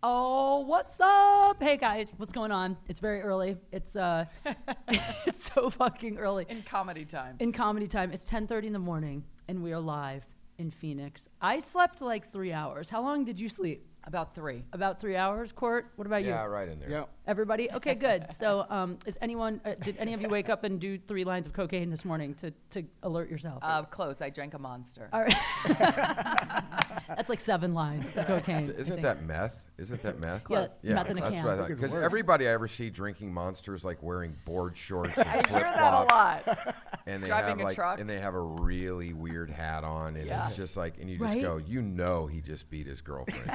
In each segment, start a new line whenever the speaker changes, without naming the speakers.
Oh, what's up? Hey guys, what's going on? It's very early. It's uh it's so fucking early.
In comedy time.
In comedy time, it's 10:30 in the morning and we are live in Phoenix. I slept like 3 hours. How long did you sleep?
About three.
About 3 hours, Court? What about
Yeah,
you?
right in there.
Yeah.
Everybody? Okay, good. So, um is anyone uh, did any of you wake up and do 3 lines of cocaine this morning to to alert yourself?
Um.
Uh, close. I drank a monster.
All right. That's like 7 lines of cocaine. I
Isn't
think.
that meth? Isn't that meth?
Close.
Yeah,
Meth in a
that's
can.
what I thought.
Fucking
Because
worse.
everybody I ever see drinking monsters like wearing board shorts. And
I hear that a lot.
And they
Driving
have
a
like,
truck.
and they have a really weird hat on, and
Yeah.
it's just like, and you just
Right?
go, you know, he just beat his girlfriend.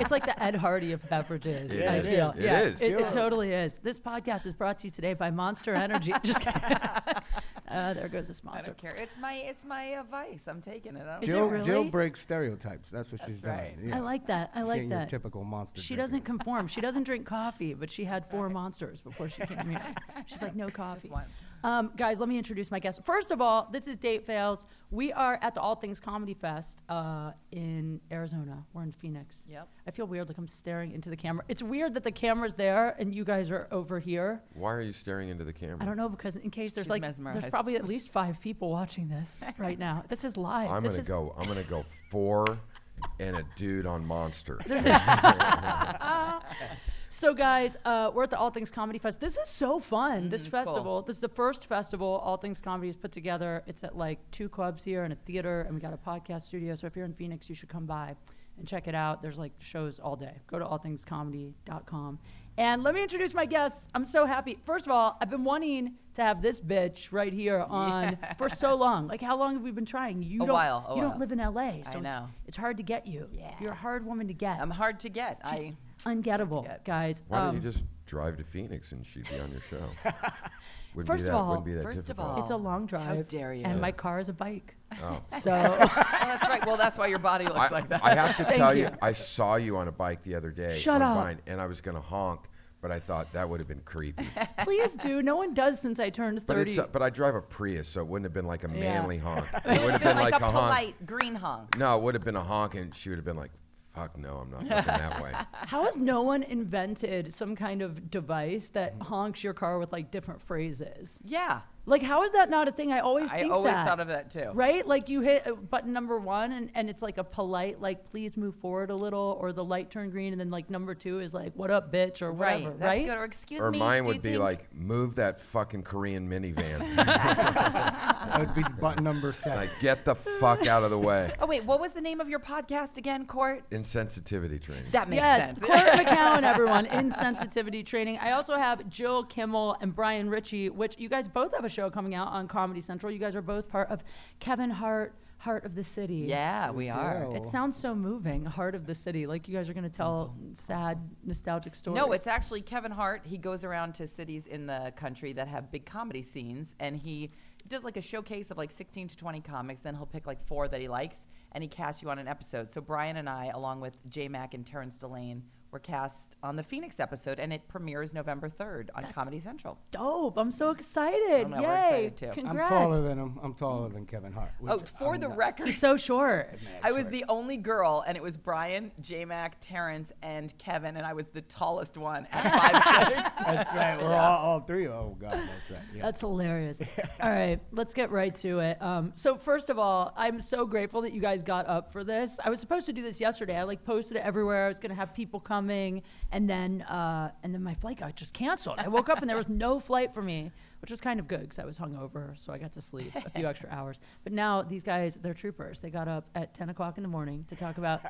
It's like the Ed Hardy of beverages.
It
I
is.
feel.
It
yeah,
is.
It, it
Yeah.
totally is. This podcast is brought to you today by Monster Energy. Just kidding. uh, there goes a
I
sponsor.
don't care. It's my it's my advice. I'm taking it. I
Is
don't
it
Jill,
really?
Jill breaks stereotypes. That's what she's
right.
doing.
I like that. I like
ain't Your
that.
typical monster.
She
drinker.
doesn't conform. She doesn't drink coffee, but she had four monsters before she came here. She's like, no coffee.
one.
Um, guys, let me introduce my guest. First of all, this is Date Fails. We are at the All Things Comedy Fest uh, in Arizona. We're in Phoenix.
Yep.
I feel weird, like I'm staring into the camera. It's weird that the camera's there and you guys are over here.
Why are you staring into the camera?
I don't know because in case there's
She's
like
mesmerized.
there's probably at least five people watching this right now. This is live.
I'm
This
gonna
is-
go. I'm gonna go four, and a dude on monster.
So guys, uh, we're at the All Things Comedy Fest. This is so fun. this
Mm, it's cool.
festival. This is the first festival All Things Comedy has put together. It's at like two clubs here and a theater, and we got a podcast studio. So if you're in Phoenix, you should come by and check it out. There's like shows all day. Go to allthingscomedy.com. And let me introduce my guests. I'm so happy. First of all, I've been wanting to have this bitch right here on for so long. Like, how long have we been trying? You
A
don't.
while, a
you
while.
don't live in LA, so It's,
know.
it's hard to get you.
Yeah.
You're a hard woman to get.
I'm hard to get. I
Ungettable,
get.
guys.
Why don't
Um,
you just drive to Phoenix and she'd be on your show? Wouldn't
First
be
of
that,
all-
wouldn't be that
First of
difficult.
all-
It's a long
Oh, How
drive.
dare you.
And my car is a bike.
Oh.
So
oh, that's right. Well, that's why your body looks
I,
like that.
I have to
Thank
tell you.
you.
I saw you on a bike the other day.
Shut
on
up.
Vine, and I was gonna honk, but I thought that would have been creepy.
please do. No one does since I turned
But,
30.
it's, uh, but I drive a Prius, so it wouldn't have been like a
Yeah.
manly honk.
It
It would have been like,
a
a honk.
polite green honk.
No, it would have been a honk, and she would have been like, "Fuck no, I'm not looking that way."
How has no one invented some kind of device that
Mm.
honks your car with like different phrases?
Yeah.
Like, how is that not a thing? I always
I
think
always
that.
thought of that too.
Right? Like you hit uh, button number one and, and it's like a polite, like, please move forward a little, or the light turned green, and then like number two is like, what up, bitch, or
Right.
whatever,
That's
right?
good. Or excuse
or
me.
mine
do you
would be
think-
like, "Move that fucking Korean minivan,
That would be button number seven.
like get the fuck out of the way."
Oh wait, what was the name of your podcast again, Court?
Insensitivity training.
That makes
yes,
sense.
Clark McCown, everyone, in sensitivity training. I also have Jill Kimmel and Brian Ritchie, which you guys both have a show coming out on Comedy Central. You guys are both part of Kevin Hart, Heart of the City.
Yeah, we are.
It sounds so moving, Heart of the City. Like you guys are going to tell sad, nostalgic stories.
No, it's actually Kevin Hart. He goes around to cities in the country that have big comedy scenes, and he does like a showcase of like 16 to 20 comics. Then he'll pick like four that he likes, and he casts you on an episode. So Brian and I, along with J Mac and Terrence Delane, were cast on the Phoenix episode, and it premieres November 3rd on Comedy Central.
dope. I'm so excited.
know,
Yay.
we're excited too. I'm
I'm
Congrats.
taller than him. I'm taller than Kevin Hart. which
Oh, for
I'm
the
not.
record,
He's so short.
I was the only girl, and it was Brian, J Mac, Terrence, and Kevin, and I was the tallest one at five six.
That's right. We're all, all three. Oh God, that's right. Yeah.
That's hilarious. all right, let's get right to it. Um, so first of all, I'm so grateful that you guys got up for this. I was supposed to do this yesterday. I like posted it everywhere. I was gonna have people coming, and then uh, and then my flight got just canceled. I woke up and there was no flight for me, which was kind of good because I was hungover, so I got to sleep a few extra hours. But now these guys, they're troopers. They got up at 10 o'clock in the morning to talk about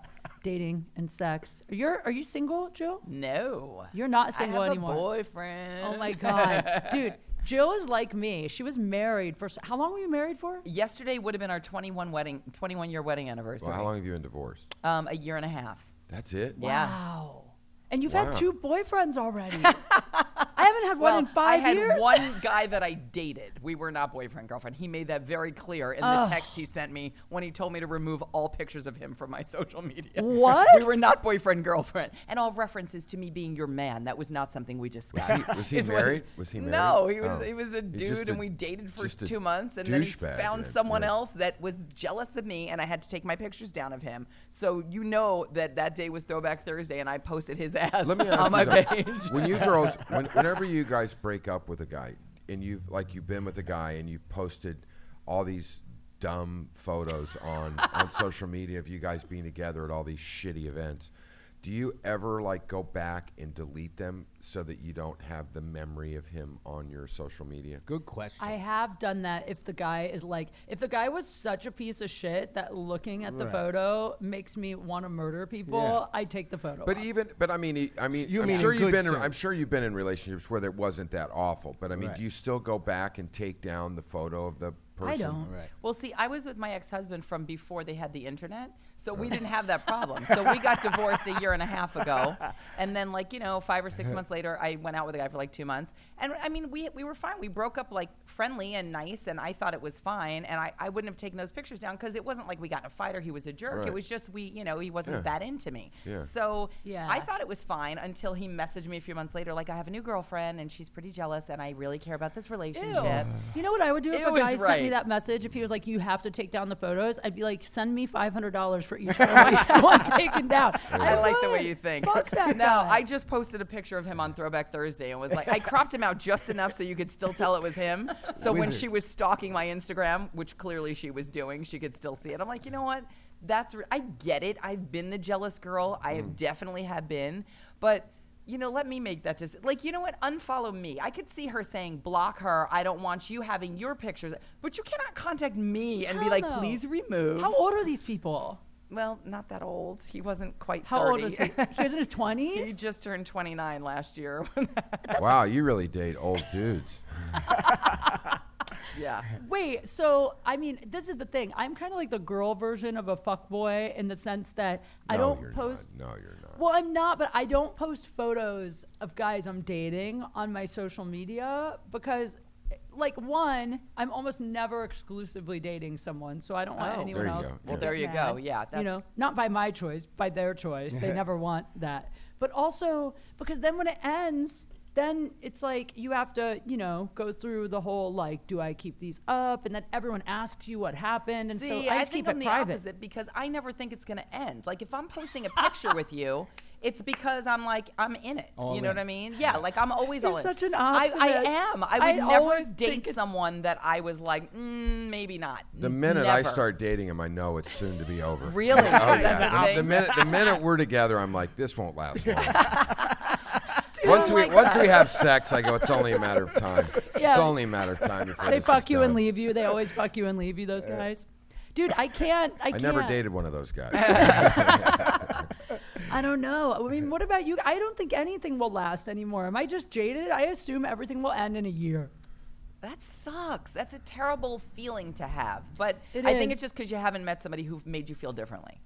dating and sex. You're are you single, Jill?
No.
You're not
I
single
have
anymore.
a boyfriend.
Oh my god, dude. Jill is like me. She was married for s- how long were you married for?
Yesterday would have been our 21 wedding, 21 year wedding anniversary.
Well, how long have you been divorced?
Um, a year and a half.
That's it.
Yeah.
Wow. And you've had
Wow.
two boyfriends already. I haven't had one
Well,
in five
I had
years.
one guy that I dated. We were not boyfriend girlfriend. He made that very clear in the
Ugh.
text he sent me when he told me to remove all pictures of him from my social media.
What?
We were not boyfriend girlfriend, and all references to me being your man. That was not something we discussed.
he- was he
is what-
married? Was he married?
No, he was.
Oh.
He was a
He's just
dude, and
a-
we dated for
just a
two months, and then he
douchebag,
found
right?
someone
Yeah.
else that was jealous of me, and I had to take my pictures down of him. So you know that that day was Throwback Thursday, and I posted his ass
Let me ask
on my
you something.
page.
When you girls, when, whenever you guys break up with a guy, and you've like you've been with a guy and you've posted all these dumb photos on on social media of you guys being together at all these shitty events, do you ever like go back and delete them so that you don't have the memory of him on your social media?
Good question.
I have done that if the guy is like, if the guy was such a piece of shit that looking at the
Right.
photo makes me want to murder people,
Yeah.
I take the photo.
But
off.
even, but I mean, e- I mean,
You
I'm
mean
sure
in
you've
good
been, in,
sense.
I'm sure you've been in relationships where it wasn't that awful. But I mean,
Right.
do you still go back and take down the photo of the person?
I don't.
Right.
Well, see, I was with my ex-husband from before they had the internet, so we didn't have that problem. So we got divorced a year and a half ago, and then like you know, five or six months later, I went out with a guy for like two months, and I mean, we we were fine. We broke up like friendly and nice, and I thought it was fine, and I, I wouldn't have taken those pictures down because it wasn't like we got in a fight or he was a jerk. It
Right.
was just we, you know, he wasn't
Yeah.
that into me.
Yeah.
So
Yeah.
I thought it was fine until he messaged me a few months later, like I have a new girlfriend and she's pretty jealous, and I really care about this relationship.
You know what I would do if
It
a
was
guy sent me
right.
that message? If he was like, "You have to take down the photos," I'd be like, "Send me five hundred dollars for each photo I want taken down."
I, like the way
would.
you think.
Fuck that
no,
guy.
I just posted a picture of him on Throwback Thursday and was like, I cropped him out just enough so you could still tell it was him. So when
Wizard.
she was stalking my Instagram, which clearly she was doing, she could still see it. I'm like, you know what? That's re- I get it. I've been the jealous girl. I have definitely have been, but. You know, let me make that decision. Like, you know what? Unfollow me. I could see her saying, block her. I don't want you having your pictures. But you cannot contact me and be
Hell
like,
no.
please remove.
How old are these people?
well, not that old. He wasn't quite
How
30.
old is he? He was in his
He
twenties.
just turned 29 last year.
Wow, you really date old dudes.
yeah.
Wait, so I mean, this is the thing. I'm kind of like the girl version of a fuck boy in the sense that I
No,
don't
you're
post.
Not. No, you're not.
Well, I'm not, but I don't post photos of guys I'm dating on my social media because, like, one, I'm almost never exclusively dating someone, so I don't want
Oh.
anyone
There you
else.
go.
to
Well,
get
there you go.
mad.
Yeah,
you know,
that's-
not by my choice, by their choice. They never want that, but also because then when it ends. Then it's like you have to, you know, go through the whole like, do I keep these up? And then everyone asks you what happened, and so
See,
I
I,
just
think
keep
I'm
it
the
private.
opposite because I never think it's going to end. Like if I'm posting a picture with you, it's because I'm like I'm in it.
All
you know
in.
what I mean? Yeah, like I'm always
You're
all in.
such an
I, I
optimist.
am. I
I
would never
always think
date
it's-
someone that I was like, mm, maybe not.
The
N-
minute I
never.
start dating him, I know it's soon to be over.
Really?
Oh,
That's
yeah.
the
The,
thing.
minute, the minute we're together, I'm like, this won't last long.
Dude,
once
I'm
we
like,
once we have sex, I go, it's only a matter of time.
Yeah.
It's only a matter of time. before
they
this is
fuck you and
done."
leave you. They always fuck you and leave you. Those guys, dude. I can't. I,
I
can't.
never dated one of those guys.
I don't know. I mean, what about you? I don't think anything will last anymore. Am I just jaded? I assume everything will end in a year.
That sucks. That's a terrible feeling to have. But
It
I think
is.
it's just because you haven't met somebody who made you feel differently.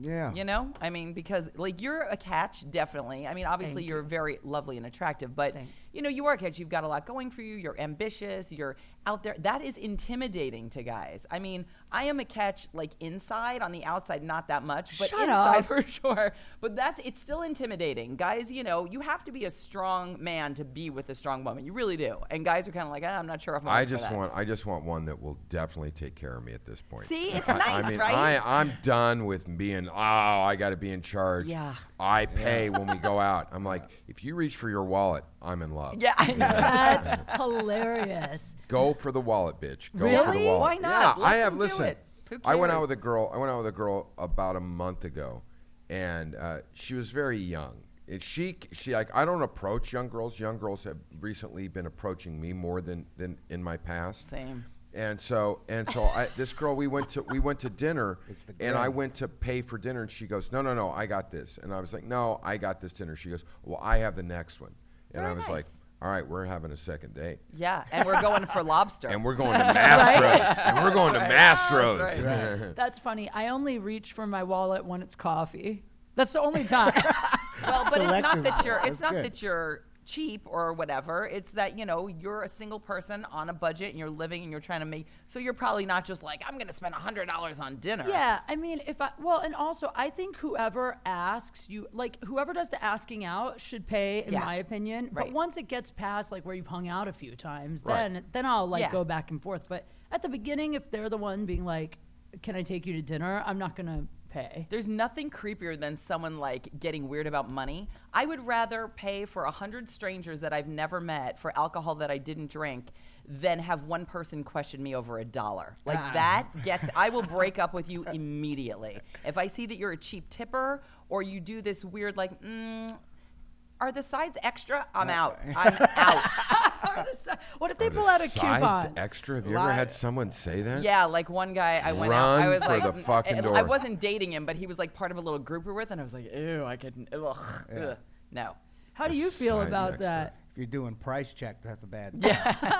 yeah.
You know, I mean, because like you're a catch, definitely. I mean, obviously
Thank
you're very lovely and attractive, but
Thanks.
you know, you are a catch. You've got a lot going for you. You're ambitious. You're out there. That is intimidating to guys. I mean, I am a catch, like inside. On the outside, not that much, but
Shut
inside
up.
for sure. But that's it's still intimidating, guys. You know, you have to be a strong man to be with a strong woman. You really do. And guys are kind of like, ah, I'm not sure if I'm.
I
up for
just
that."
want I just want one that will definitely take care of me at this point.
See, it's
I,
nice,
I mean,
right?
I I'm done with being oh I got to be in charge.
Yeah.
I pay when we go out. I'm like, if you reach for your wallet, I'm in love.
Yeah, I know.
That's hilarious.
Go for the wallet, bitch. Go for the
Really?
wallet.
Why not?
Yeah,
Let
I have.
them do
Listen,
it. Who
I went out
cares?
with a girl. I went out with a girl about a month ago, and uh, she was very young. And she, she like I don't approach young girls. Young girls have recently been approaching me more than than in my past.
Same.
And so and so I, this girl we went to we went to dinner
It's the
and I
grin.
went to pay for dinner and she goes no no no I got this and I was like no I got this dinner she goes well I have the next one and
Very
I was like
nice.
all right we're having a second date
Yeah, and we're going for lobster.
and we're going to Mastros. And we're going to
Right.
Mastros.
That's
That's funny. I only reach for my wallet when it's coffee. That's the only time.
Well, but it's not
Selective.
that you're. It's
That's
not
good.
that you're cheap or whatever. It's that, you know, you're a single person on a budget and you're living and you're trying to make, so you're probably not just like, I'm going to spend $100 on dinner.
Yeah, I mean, if I well, and also I think whoever asks you, like whoever does the asking out, should pay, in
Yeah.
my opinion. But
Right.
once it gets past like where you've hung out a few times,
Right.
then then I'll like
Yeah.
go back and forth. But at the beginning, if they're the one being like, "Can I take you to dinner?" I'm not gonna pay.
There's nothing creepier than someone like getting weird about money. I would rather pay for a hundred strangers that I've never met for alcohol that I didn't drink than have one person question me over a dollar. Like
Ah.
that gets I will break up with you immediately. If I see that you're a cheap tipper or you do this weird like mm, are the sides extra? I'm out. I'm out.
what if they
Are the
pull out a
sides
coupon?
extra. Have you ever
Li-
had someone say that?
Yeah, like one guy I went out. I
Run
was
for
like,
the fucking
I,
door.
I wasn't dating him, but he was like part of a little group we we're with, and I was like, ew, I couldn't. Ugh, ugh. No.
How do you feel
Sides
about
extra.
that?
If you're doing price check, that's a bad. Yeah.
Can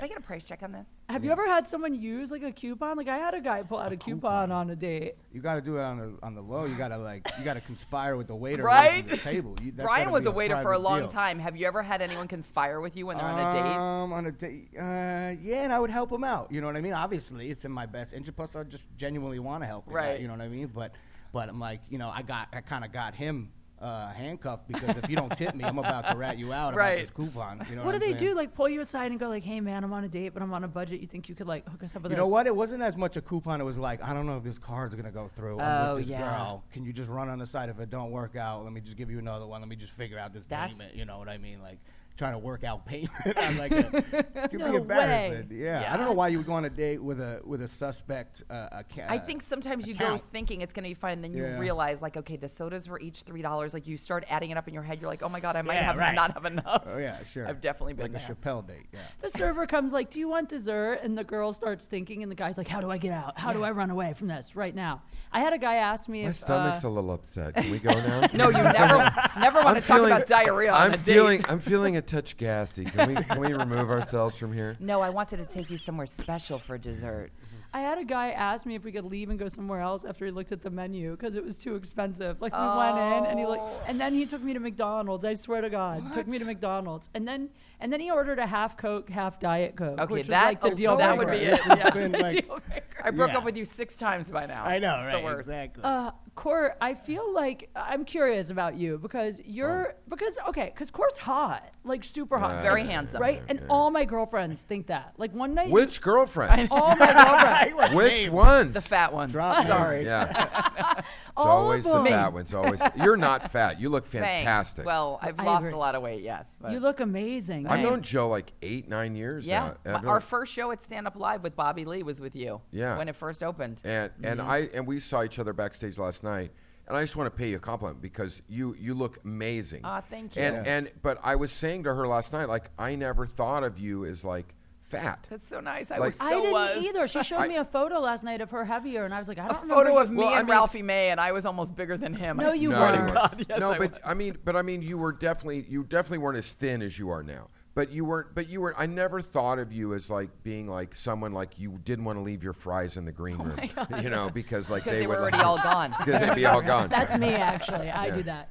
I get a price check on this?
Have you ever had someone use like a coupon? Like I had a guy pull out a, coupon on a date.
You got to do it on the on the low. You got to like you got to conspire with the waiter
Right?
at the table. You, that's
Brian
gotta
was
be
a waiter for a
private
long
deal.
time. Have you ever had anyone conspire with you when they're on a date?
Um, on a date, uh, yeah, and I would help him out. You know what I mean? Obviously, it's in my best interest. Plus, I just genuinely want to help him. out,
Right.
you know what I mean? But, but I'm like, you know, I got, I kind of got him uh, handcuffed because if you don't tip me, I'm about to rat you out
Right.
about this coupon. You know
What,
what,
do they
I'm saying?
do? Like pull you aside and go like, "Hey man, I'm on a date, but I'm on a budget. You think you could like hook us up with
You
a
know what? It wasn't as much a coupon. It was like, I don't know if this card's gonna go through. I'm
Oh,
with this
yeah.
girl. Can you just run on the side? If it don't work out, let me just give you another one. Let me just figure out this
That's-
payment. You know what I mean? Like trying to work out payment. I'm like, a, it's
No
gonna
way.
be embarrassing. Yeah. I don't
Yeah.
know why you would go on a date with a with a suspect. Uh, a ca-
I think sometimes you go
account.
thinking it's going to be fun, and then you
Yeah.
realize, like, okay, the sodas were each three dollars. Like, you start adding it up in your head. You're like, oh my god, I might
Yeah,
have
right.
not have enough.
Oh yeah, sure.
I've definitely been
like
there.
a Chappelle date. Yeah.
The server comes like, "Do you want dessert?" And the girl starts thinking, and the guy's like, "How do I get out? How do I run away from this right now?" I had a guy ask me
My
if
stomach's
uh,
a little upset. Can we go now?
No, you never, never want to talk about diarrhea on
I'm
a date.
feeling. I'm feeling a touch gassy. Can we can we remove ourselves from here?
No, I wanted to take you somewhere special for dessert.
I had a guy ask me if we could leave and go somewhere else after he looked at the menu because it was too expensive. Like we went in and he like,
Oh.
and then he took me to McDonald's. I swear to God, took me to McDonald's, and then and then he ordered a half Coke, half Diet Coke,
Okay,
which
that-
was like the
oh, so
deal.
that would
breaker.
be it.
This has been, like-
Oh
Deal breaker.
I broke
Yeah.
up with you six times by now.
I know,
It's
right?
The worst. Oh,
Exactly.
Uh, Court, I feel like I'm curious about you because you're because okay, because Court's hot, like super hot,
Very
like,
handsome.
right? And all my girlfriends think that. Like one night,
Which girlfriend?
all my girlfriends,
Which ones?
The fat ones.
Drop it.
Sorry.
Yeah. It's
All
always
of
the
'em.
fat ones. Always. You're not fat. You look
Thanks.
fantastic.
Well, I've
I
lost
agree.
a lot of weight. Yes. but-
you look amazing.
I've
Right.
known Joe like eight, nine years
Yeah,
now.
my-
I've known-
our first show at Stand Up Live with Bobby Lee was with you.
Yeah.
when it first opened.
and and
Mm-hmm.
I and we saw each other backstage last night, and I just want to pay you a compliment because you you look amazing.
Aw, thank you.
And and but I was saying to her last night, like I never thought of you as like fat.
That's so nice. I
Like-
was so
I didn't
was.
either. She showed
I-
me a photo last night of her heavier, and I was like, I
A
don't remember.
photo
you-
of me
Well, I
and
mean-
Ralphie May, and I was almost bigger than him. I
No, you
swear
no,
to
weren't.
you
God, yes,
no,
I
but
was.
I mean, but I mean, you were definitely you definitely weren't as thin as you are now. But you weren't. But you were. I never thought of you as like being like someone like you didn't want to leave your fries in the green room. You know, because like
Oh because
they,
they, were
would,
already
like-
all gone.
Because they'd be all gone.
That's me actually. I do
Yeah.
that.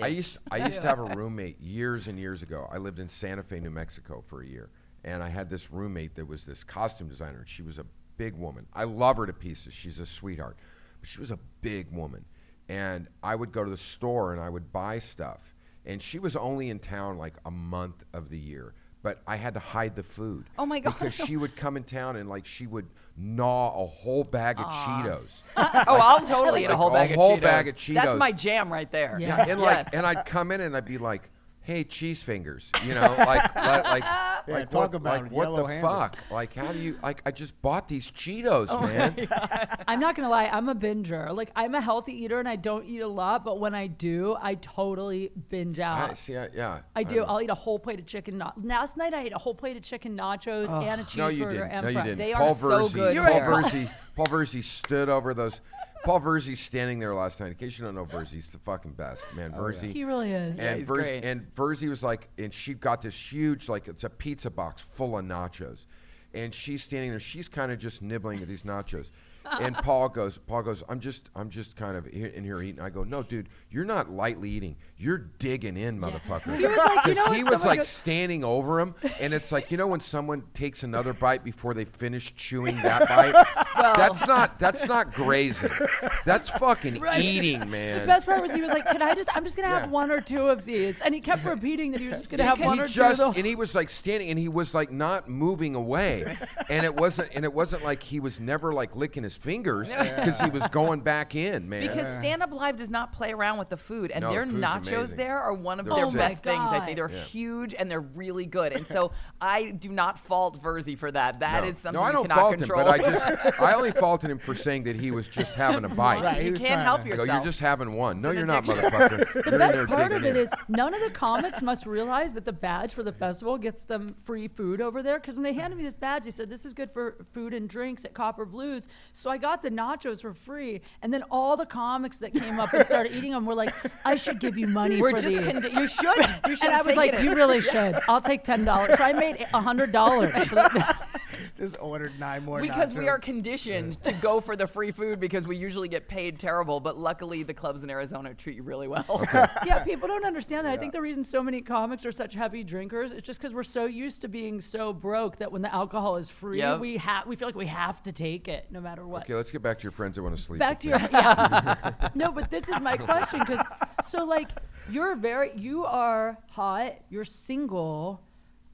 I used I used to have a roommate years and years ago. I lived in Santa Fe, New Mexico for a year, and I had this roommate that was this costume designer. She was a big woman. I love her to pieces. She's a sweetheart, but she was a big woman. And I would go to the store and I would buy stuff. And she was only in town like a month of the year, but I had to hide the food.
Oh my God.
Because she would come in town and like she would gnaw a whole bag of Cheetos.
oh, I'll totally eat a
Like
whole
a
bag
whole
of Cheetos.
bag of
That's
Cheetos.
my jam right there.
Yeah.
Yeah, and like,
Yes.
and I'd come in and I'd be like, "Hey, cheese fingers," you know, like, like, like, like
talk
what,
about
like
it,
what the
yellow-handed.
fuck? Like, how do you? Like, I just bought these Cheetos,
Oh
man.
I'm not gonna lie, I'm a binger. Like I'm a healthy eater, and I don't eat a lot, but when I do, I totally binge out.
I see. I, yeah, Uh,
I do.
I'm-
I'll eat a whole plate of chicken. No- Last night I ate a whole plate of chicken nachos and a cheeseburger
no, you didn't.
and
No, you
fries.
didn't.
They
Paul
are so
Verzi-
good
You're
Paul
right.
Verzi. Paul Verzi stood over those. Paul Verzi's standing there last night. In case you don't know Verzi's the fucking best, man.
Oh,
Verzi.
He really is.
And
he's
Verzi,
great.
and Verzi was like, and she got this huge, like it's a pizza box full of nachos, and she's standing there, she's kind of just nibbling at these nachos, and Paul goes, Paul goes, I'm just, I'm just kind of here, in here eating. I go, no, dude, you're not lightly eating. You're digging in, motherfucker.
He was like, you
'Cause
know when
he was
someone
like
goes-
standing over him, and it's like, you know, when someone takes another bite before they finish chewing that bite. that's not, that's not grazing. That's fucking
Right.
eating, man.
The best part was he was like, "Can I just? I'm just gonna have
Yeah.
one or two of these," and he kept repeating that he was just gonna have
He
one or two.
just-
Of the-
and he was like standing and he was like not moving away and it wasn't and it wasn't like he was never like licking his fingers because he was going back in man
Because Stand Up Live does not play around with the food, and
No, the
their
food's
nachos
amazing.
there are one of
They're
their
sick.
best
Oh my
things. I think
God.
they're
Yeah.
huge and they're really good. And so I do not fault Verzi for that. That is
no.
something
no I
you
don't
cannot
fault
control.
him but I just I only faulted him for saying that he was just having a bite
Right, he
you
was
can't
trying
help
to-
I go,
yourself.
you're just having one no
an
you're not
addiction.
motherfucker you're
the
in there
best part of it
digging in.
is none of the comics must realize that the badge for the festival gets them free food over there. Because when they handed me this badge, they said this is good for food and drinks at Copper Blues. So I got the nachos for free, and then all the comics that came up and started eating them were like, "I should give you money
We're
for
just
these."
condi- you should. You should
and I
have
was like,
taken it.
"You really should. I'll take ten dollars." So I made hundred dollars.
Just ordered nine more.
because we
nachos.
are conditioned to go for the free food because we usually get paid terrible, but luckily the clubs in Arizona treat you really well.
yeah, people don't understand that. I think the reason so many comics are such heavy drinkers is just because we're so used to being so broke that when the alcohol is free,
Yep.
we have we feel like we have to take it no matter what.
okay let's get back to your friends that want to sleep
Back
with
to
you.
your yeah. no, but this is my question because so like you're very you are hot, you're single,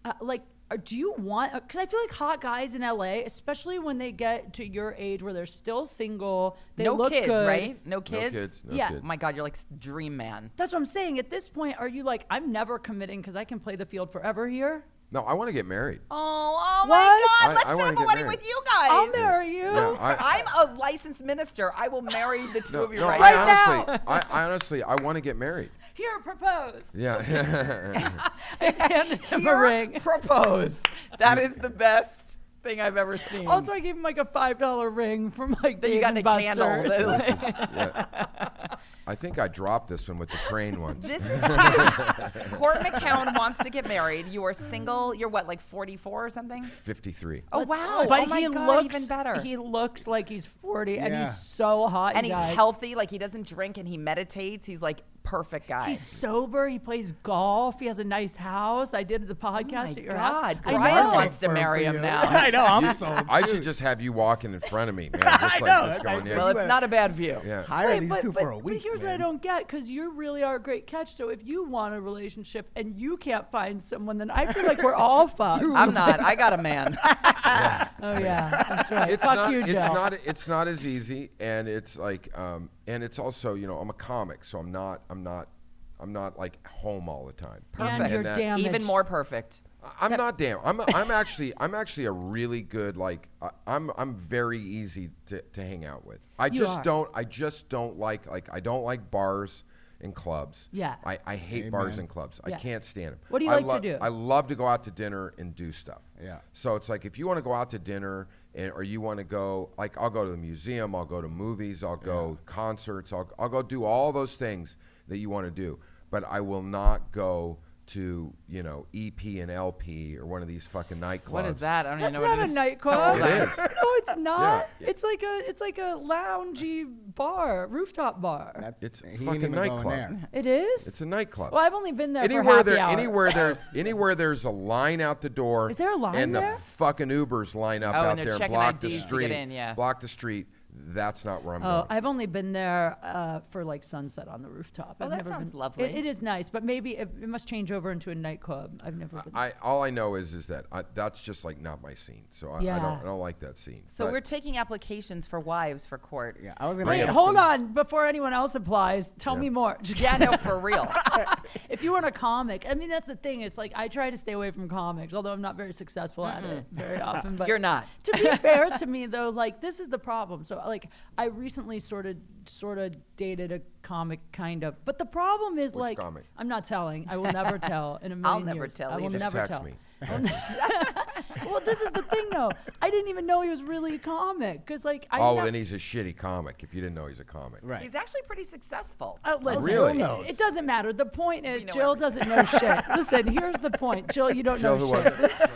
uh, like. are- Do you want? Because I feel like hot guys in LA, especially when they get to your age where they're still single, they
no
look
kids,
good.
right? No
no
kids.
kids no
Yeah.
Oh
kids.
my God, you're like s- dream man.
That's what I'm saying. At this point, are you like, I'm never committing because I can play the field forever here?
no I want to get married
Oh, oh
What?
my
I-
God! Let's
I wanna
set up a
get
wedding
married.
with you guys.
I'll marry you.
Yeah, I-
I'm a licensed minister. I will marry the two
no,
of you
no,
right,
Right
now.
I honestly, I, I honestly, I want to get married.
Here, propose.
Yeah.
I just handed him a
Here,
ring.
Propose. That is the best thing I've ever seen.
Also, I gave him like a five dollar ring from like
That you got
Dave
in a
and
candle.
Buster's.
That's-
Yeah. I think I dropped this one with the crane once.
this is huge. Court McCown wants to get married. You are single. You're what, like 44 or something?
53.
Oh
Let's-
wow!
But
oh my
he
God,
looks
even better.
He looks like he's forty, and
Yeah.
he's so hot.
and
you
he's
guys.
healthy. Like he doesn't drink and he meditates. He's like perfect guy.
He's sober. He plays golf. He has a nice house. I did the podcast
Oh my
at your
God,
house. I
Brian
know.
wants to
Firm for
marry him
you.
now.
I know. I'm so.
I should just have you walking in front of me, man. Just like
know,
just
that's
going in.
what
well, it's not a bad view.
Yeah.
hire
Wait,
these
but,
two
but,
for a
but
week.
here's what I
man.
don't get because you really are a great catch. So if you want a relationship and you can't find someone, then I feel like we're all fucked.
I'm not. I got a man.
Oh yeah, that's right.
It's
Fuck
not,
you,
it's
Joe.
not it's not as easy and it's like um, and it's also, you know, I'm a comic, so I'm not I'm not I'm not like home all the time.
And
Perfect.
you're
that-
damaged.
Even more perfect.
I- I'm not damn. I'm I'm actually I'm actually a really good like I, I'm I'm very easy to, to hang out with. I
You
just
are.
don't I just don't like like I don't like bars and clubs.
Yeah.
I, I hate bars and clubs.
Yeah.
I can't stand them.
What do you
I
like to do?
I love to go out to dinner and do stuff.
Yeah.
So it's like if you want to go out to dinner and or you want to go like I'll go to the museum, I'll go to movies, I'll go concerts, I'll I'll go do all those things that you want to do. But I will not go to, you know, EP and LP or one of these fucking nightclubs.
What is that? I don't even
That's
know what
not
it
a
is.
nightclub.
It is.
No, it's not.
Yeah.
It's like a it's like a loungy bar, rooftop bar.
That's,
It's a
he ain't
fucking
even going
nightclub.
there.
It is.
It's a nightclub.
well, I've only been there
anywhere
for happy
there,
hour.
anywhere there, anywhere there's a line out the door.
Is there a line
And
there?
the fucking Ubers line up
Oh, and
out
they're
there and
checking
block the
IDs to get
street.
in, yeah.
Block the street. That's not where I'm
Oh,
going.
I've only been there uh, for like sunset on the rooftop.
Oh,
I've
that
never
sounds
been-
lovely.
It, it is nice, but maybe it, it must change over into a nightclub. I've never been.
I all I know is is that I, that's just like not my scene. So I, I
Yeah.
don't I don't like that scene.
So
But-
we're taking applications for wives for court.
Yeah, I was gonna.
Wait,
ask
hold
him-
on. Before anyone else applies, tell
Yeah.
me more. Just
Yeah, no, for real.
if you weren't a comic, I mean, that's the thing. It's like I try to stay away from comics, although I'm not very successful at it very often. But
You're not.
To be fair to me, though, like this is the problem. So, like, I recently sort of, sort of dated a comic, kind of. But the problem is,
Which
like,
comic?
I'm not telling. I will never tell in a million
I'll never
years.
tell
I will
either.
just
never
text
tell.
me.
Well, this is the thing, though. I didn't even know he was really a comic because, like, I
oh,
nev-
then he's a shitty comic. If you didn't know he's a comic,
Right.
He's actually pretty successful.
Uh, listen,
Really?
it-
knows.
It doesn't matter. The point is,
know
Jill doesn't
everything.
know shit. Listen, here's the point. Jill, you don't
Jill,
know
who
shit.
was it?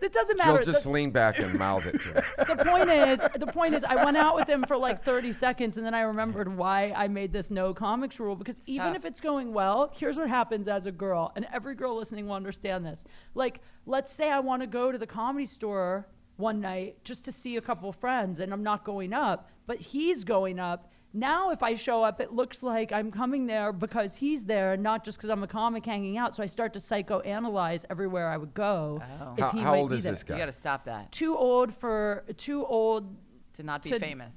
It doesn't
She'll
matter.
just
The-
lean back and mouth it to him.
the point is, the point is, I went out with him for like 30 seconds, and then I remembered why I made this no comics rule. Because even
tough.
if it's going well, here's what happens as a girl, and every girl listening will understand this. Like, let's say I want to go to the comedy store one night just to see a couple friends, and I'm not going up, but he's going up. Now, if I show up, it looks like I'm coming there because he's there, not just because I'm a comic hanging out. So I start to psychoanalyze everywhere I would go.
Oh.
if
How-
he
how
might
old
be
is
there.
this guy?
You got to stop that
Too old for too old
to not be
To-
famous.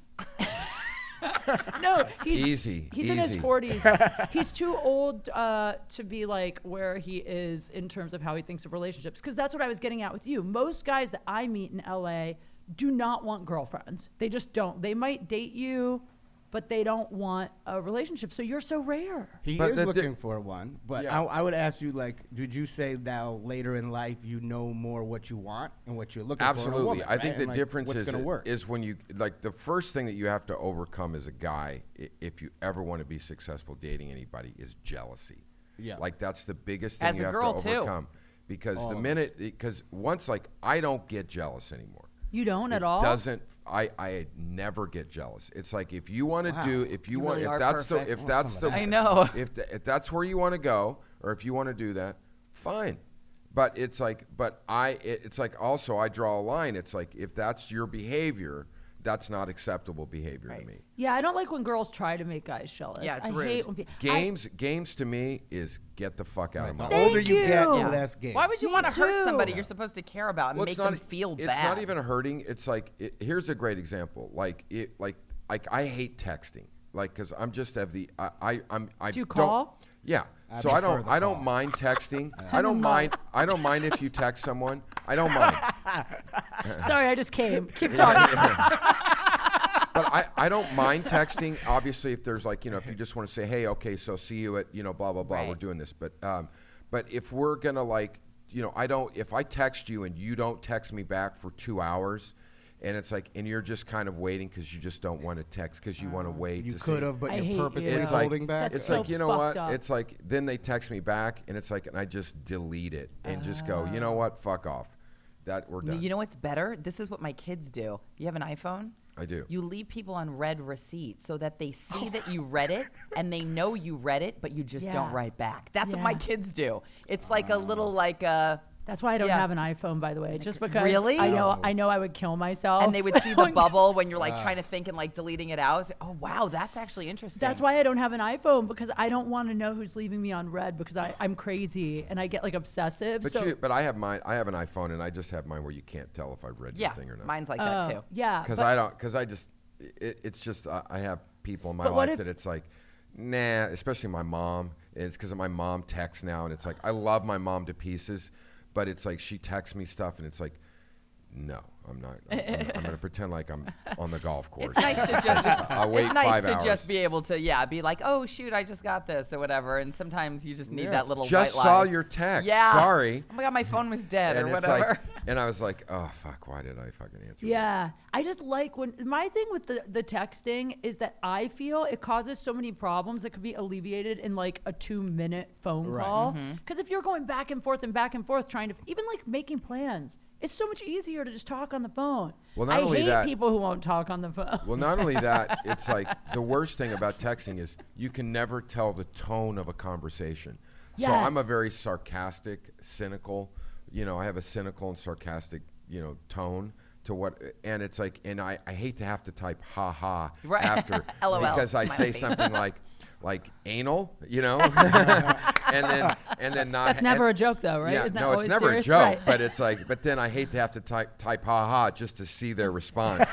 No, he's
Easy,
He's in his
easy.
forties. he's too old uh, to be like where he is in terms of how he thinks of relationships. Because that's what I was getting at with you. Most guys that I meet in LA do not want girlfriends. They just don't. They might date you, but they don't want a relationship. So you're so rare.
He
But
is
the di-
looking for one, but
Yeah.
I, I would ask you, like, did you say now later in life you know more what you want and what you're looking
Absolutely.
for? in a woman,
I think
right?
the
And, like,
difference
what's
is,
gonna work.
is when you like the first thing that you have to overcome as a guy, i- if you ever want to be successful dating anybody, is jealousy.
Yeah.
Like that's the biggest thing
As a
you have
girl,
to
too.
overcome. Because the minute, because once like I don't get jealous anymore.
You don't at
It
all.
Doesn't I? I never get jealous. It's like if you want to
Wow.
do, if you,
You
want,
really
if
are
that's
perfect.
the, if
I
that's the,
I know.
if tha- if that's where you want to go, or if you want to do that, fine. But it's like, but I, it, it's like also I draw a line. It's like if that's your behavior, that's not acceptable behavior to
Right.
me.
yeah, I don't like when girls try to make guys jealous.
Yeah, it's
I
rude.
hate when people.
Games, games to me is get the fuck out of my. life.
the
Thank
older you, get, the
you.
less gay.
Why would you
Me
want to hurt somebody
too.
you're supposed to care about and
Well,
make
it's
them
not- e-,
feel bad?
It's not even hurting. It's like it, here's a great example. Like it, like like I hate texting. Like because I'm just have the I, I I'm I
Do you
don't-
call?
Yeah.
I
so I
prefer
don't
the
I don't
call.
mind texting. I don't mind I don't mind if you text someone. I don't mind.
Sorry, I just came. Keep talking.
But I, I don't mind texting. Obviously, if there's like you know if you just want to say hey okay so see you at you know blah blah blah we're
Right.
doing this but um but if we're gonna like you know I don't if I text you and you don't text me back for two hours. And it's like, and you're just kind of waiting because you just don't want to text because you want to wait.
You
to see-
could have, but
I hate
you're purposely
you.
it's like,
holding back.
That's
it's
so
like you know what?
fucked up.
It's like then they text me back, and it's like, and I just delete it and just go, you know what? Fuck off. That we're done.
You know what's better? This is what my kids do. You have an iPhone?
I do.
You leave people on red receipt so that they see that you read it and they know you read it, but you just don't
Yeah.
write back. That's what my
Yeah.
kids do. It's like a little like uh, a
That's why I don't
Yeah.
have an iPhone, by the way, just because
Really?
I
Oh.
know I know I would kill myself.
and they would see the bubble when you're like trying to think and like deleting it out. It's like, oh wow, that's actually interesting.
That's why I don't have an iPhone because I don't want to know who's leaving me on red because I, I'm crazy and I get like obsessive.
But
so
you, but I have mine. I have an iPhone, and I just have mine where you can't tell if I've read
Yeah,
anything or not.
mine's like
Oh,
that too.
Yeah.
because
but-
I don't. Because I just. It, it's just uh, I, I have people in my
But what
life
if-
that it's like, nah. Especially my mom. and It's because my mom texts now, and it's like I love my mom to pieces, but it's like she texts me stuff, and it's like, no, I'm not. I'm, I'm- I'm gonna pretend like I'm on the golf course.
It's nice to just
I'll wait
it's nice
five
to
hours.
just be able to yeah be like oh shoot I just got this or whatever and sometimes you just need
Yeah.
that little
Just
white
saw
lie.
your text.
yeah
Sorry.
oh my god my phone was dead
And
or
it's
whatever
like, and I was like, oh fuck, why did I fucking answer? that?"
Yeah. I just like when my thing with the, the texting is that I feel it causes so many problems that could be alleviated in like a two minute phone
Right.
call.
Mm-hmm.
Because if you're going back and forth and back and forth trying to, even like making plans, it's so much easier to just talk on the phone.
Well, not
I
only
hate
that-
people who won't talk on the phone.
Well, not only that, it's like the worst thing about texting is you can never tell the tone of a conversation. So I'm a
Yes.
very sarcastic, cynical, you know, I have a cynical and sarcastic, you know, tone to what, and it's like, and I, I hate to have to type ha ha
Right.
after
LOL,
because I
smiley
say
face.
something like, like anal, you know, and then and then not.
That's never
and-
a joke, though, right?
Yeah,
Isn't that
no, it's
always
never
serious?
a joke,
Right.
but it's like, but then I hate to have to type type ha ha just to see their response.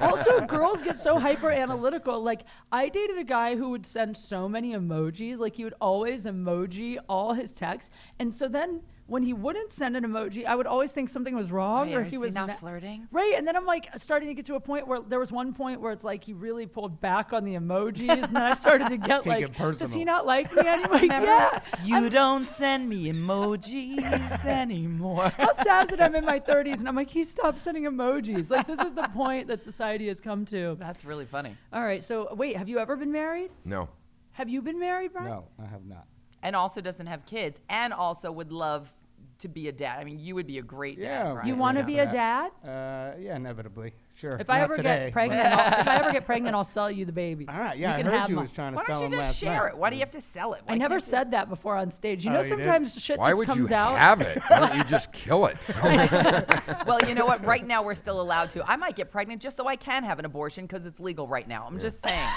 also, girls get so hyper analytical. Like, I dated a guy who would send so many emojis. Like, he would always emoji all his texts. And so then when he wouldn't send an emoji, I would always think something was wrong
Right,
or
or
he
is he
was
not
ma-
flirting?
Right. And then I'm like starting to get to a point where there was one point where it's like he really pulled back on the emojis. And then I started to get
Take it
like, does he
personal."
not like me anymore? yeah.
you don't send me emojis anymore
How sad is it I'm in my 30s and I'm like, he stopped sending emojis. Like, this is the point that society has come to.
that's really funny
All right. So, wait, have you ever been married?
No.
Have you been married, Brian?
No, I have not.
and also doesn't have kids and also would love to be a dad? I mean, you would be a great dad.
Yeah,
Brian.
You want to be a dad?
Uh, yeah, inevitably. Sure.
If I
Not
ever
today,
get
but-
pregnant, I'll, if I ever get pregnant, I'll sell you the baby.
All right. Yeah,
you can
I heard
have
you
mine.
was trying to
Why
sell
don't you
him
just
last
share
night.
it? Why do you have to sell it? Why
I never
can't you-
said that before on stage. You
Oh,
know,
you did?
sometimes shit
Why
just
would you
comes out.
have it? Why don't you just kill it?
well, you know what? Right now, we're still allowed to. I might get pregnant just so I can have an abortion because it's legal right now. I'm just saying.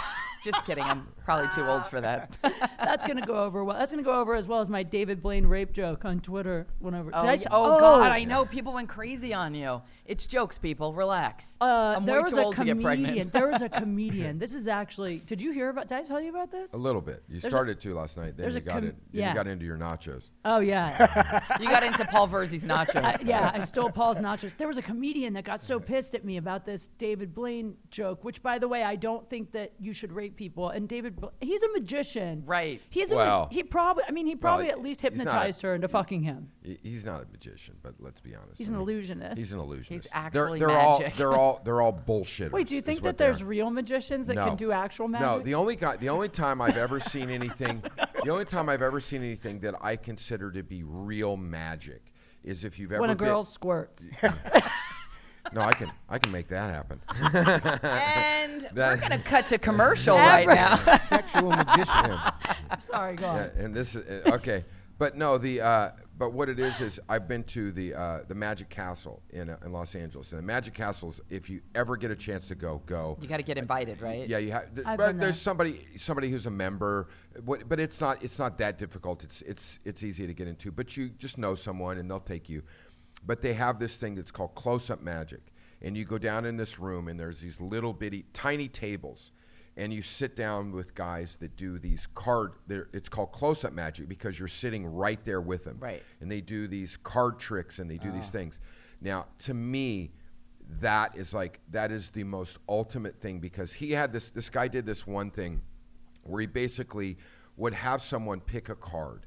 just kidding. I'm probably too old for that.
That's gonna go over well. That's gonna go over as well as my David Blaine rape joke on Twitter. Whenever
Oh,
did I
yeah.
t-
oh, God, I know people went crazy on you. It's jokes, people. Relax.
Uh,
I'm
there
way
was
too
a
old
comedian.
to get pregnant.
there was a comedian. This is actually. Did you hear about? Did I tell you about this?
a little bit. You
There's a-
started to last night. Then
there's
you
a
got
com-
it. Then
yeah.
you got into your nachos.
Oh yeah,
you got into Paul Verzi's nachos.
I, yeah. I stole Paul's nachos. There was a comedian that got so pissed at me about this David Blaine joke, which, by the way, I don't think that you should rape people. And David, Bla- he's a magician,
Right.
He's a ma-
Well-
he probably. I mean, he probably
he-
at least
he's not a-
hypnotized her into fucking him.
He- He's not a magician, but let's be honest.
He's
I
an
mean,
illusionist.
He's an illusionist.
actually
they're, they're
magic.
All, they're all they're all bullshitters.
Wait, do you
is
think
what
that
they
there's
are.
real magicians that can do actual magic?
No, the only guy, the only time I've ever seen anything, the only time I've ever seen anything that I consider to be real magic is if you've ever
when a
been-
girl squirts.
no, I can I can make that happen.
And we're
That-
going to cut to commercial right
Ever.
now.
Sexual magician.
I'm sorry, go on.
Yeah, and this is uh, okay, but no, the uh, but what it is is I've been to the uh, the Magic Castle in uh, in Los Angeles, and the Magic Castle's if you ever get a chance to go, go.
You got to get invited, right?
Yeah, you have. Th-
I've
but
been there.
there's somebody somebody who's a member, what, but it's not it's not that difficult. It's it's it's easy to get into. But you just know someone and they'll take you. But they have this thing that's called close up magic, and you go down in this room and there's these little bitty tiny tables. And you sit down with guys that do these card. they're- It's called close-up magic because you're sitting right there with them.
Right.
And they do these card tricks and they do these things. Now, to me, that is like that is the most ultimate thing because he had this this guy did this one thing where he basically would have someone pick a card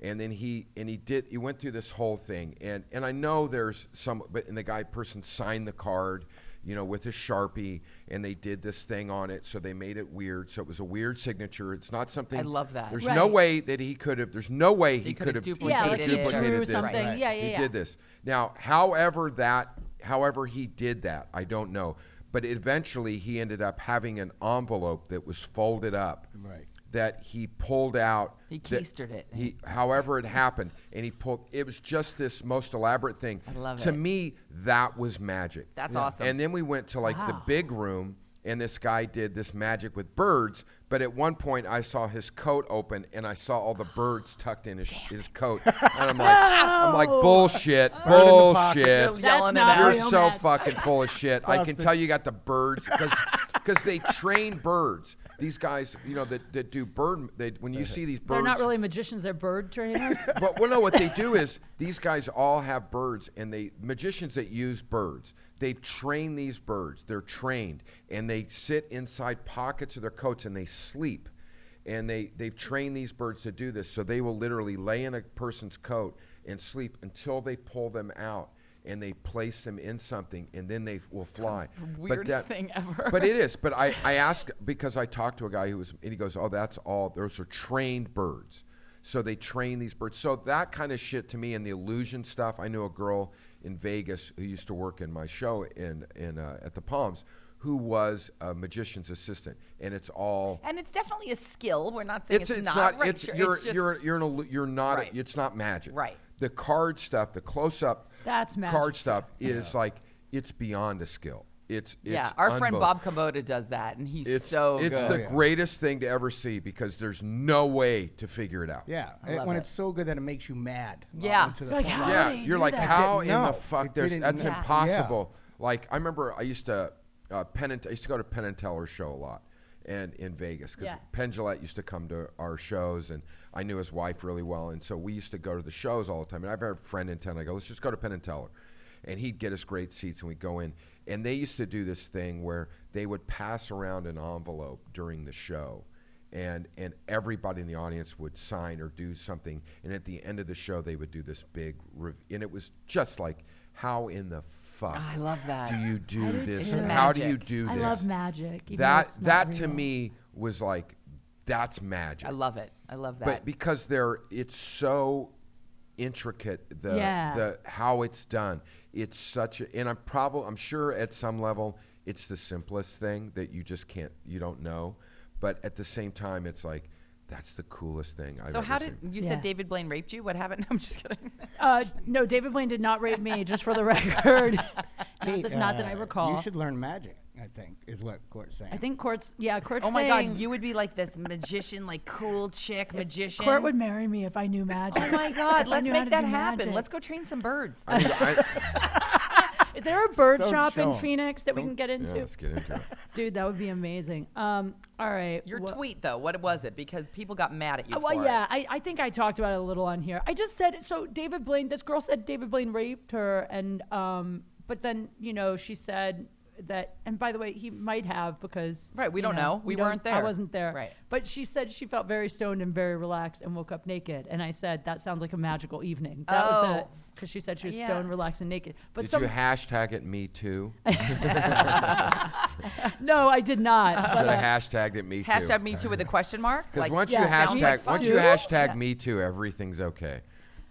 and then he and he did he went through this whole thing and and I know there's some but and the guy person signed the card you know with a sharpie and they did this thing on it so they made it weird so it was a weird signature it's not something
I love that.
there's no
Right.
way that he could have there's no way he
could've
could have
duplicated
Yeah, like
he drew
this
something.
Right.
Yeah, yeah,
he
yeah.
did this. Now, however that, however he did that, I don't know. But eventually, he ended up having an envelope that was folded up.
Right.
That he pulled out.
He
that
keistered it.
He, however it happened, and he pulled. It was just this most elaborate thing.
I love
to
it.
me, that was magic.
That's Yeah. awesome.
And then we went to like the big room. And this guy did this magic with birds, but at one point I saw his coat open and I saw all the birds tucked in his, his coat. And I'm like, I'm like, bullshit,
Bird in the pocket.
bullshit.
That's
That's yelling it
not
out.
You're
real
so
magic.
fucking full of shit. I can
Busted.
tell you got the birds because they train birds. These guys, you know, that, that do bird. They, when you see these birds,
They're not really magicians, they're bird trainers.
But well, no, what they do is these guys all have birds, and they magicians that use birds. They've trained these birds. They're trained, and they sit inside pockets of their coats and they sleep. And they, they've trained these birds to do this. So they will literally lay in a person's coat and sleep until they pull them out and they place them in something and then they will fly.
the
But
weirdest thing ever.
But it is. But I, I asked because I talked to a guy who was, and he goes, Oh, that's all. Those are trained birds. So they train these birds. So that kind of shit to me and the illusion stuff. I knew a girl in Vegas who used to work in my show in, in uh, at the Palms who was a magician's assistant. And it's all.
And it's definitely a skill. We're not saying it's, right?
it's,
sure,
you're,
it's just-
you're, you're, an, illu- you're not,
Right.
a, it's not magic.
Right.
The card stuff, the close up
That's magic.
card stuff is like, it's beyond a skill. It's, it's
yeah, our friend
unbelievable.
Bob Kubota does that, and he's
It's
so
it's
good.
Oh,
the greatest thing to ever see because there's no way to figure it out.
Yeah.
I
it-
love
when
it.
it's so good that it makes you mad. uh,
Yeah.
to the
Like,
point
how
where-
Yeah.
Yeah,
do they
you're
do
like,
that?
how in
Didn't
the
know.
fuck?
It
There's,
didn't
that's
know. Yeah.
impossible. Like I remember, I used to uh, Penn and, I used to go to Penn and Teller's show a lot, and in Vegas because
Yeah.
Penn Jillette used to come to our shows, and I knew his wife really well, and so we used to go to the shows all the time. And I've had a friend in town. I go, let's just go to Penn and Teller, and he'd get us great seats, and we'd go in. And they used to do this thing where they would pass around an envelope during the show, and and everybody in the audience would sign or do something and at the end of the show they would do this big rev- and it was just like how in the fuck
I love that.
do you do
do
this
too.
how do you
Magic.
do this
I love magic. even though
that
it's not
that to
real.
me was like that's magic
I love it. I love that.
but because they're it's so intricate the
Yeah.
the how it's done. It's such a, and I'm probably I'm sure at some level it's the simplest thing that you just can't you don't know, but at the same time it's like that's the coolest thing I've
So
ever
how did
seen.
you
Yeah.
said David Blaine raped you? What happened? I'm just kidding.
Uh, no, David Blaine did not rape me, just for the record. not,
Kate,
that, not that I
uh,
recall.
You should learn magic. I think is what Court's saying.
I think Court's, yeah, Court's
Oh my
saying
God, you would be like this magician, like cool chick magician.
Court would marry me if I knew magic.
Oh my God,
If I
let's
knew how
make
to
that
do
happen.
magic.
Let's go train some birds.
I mean, I,
Is there a bird
Don't
shop
show
in
'em.
Phoenix that we
Don't-
can get
yeah,
into?
let's get into it.
Dude, that would be amazing. Um, all right.
Your
wha-
tweet though, what was it? Because people got mad at you.
Uh, Well,
for
yeah,
It.
I, I think I talked about it a little on here. I just said so. David Blaine, this girl said David Blaine raped her, and um, but then you know she said that. And by the way, he might have because
Right, we
you
don't know. We
don't-
weren't
I
there.
wasn't there.
Right.
But she said she felt very stoned and very relaxed and woke up naked. And I said that sounds like a magical evening. That was
Oh.
because she said she was
Yeah.
stoned, relaxed, and naked. But
Did
some
you hashtag it me too?
no, I did
Uh-huh.
not.
Should
but,
I
uh,
hashtag it me too?
Hashtag me too with a question mark.
Because
Like,
once
yeah,
you
sounds
hashtag
like
once
fun.
you hashtag
Yeah.
me too, everything's okay.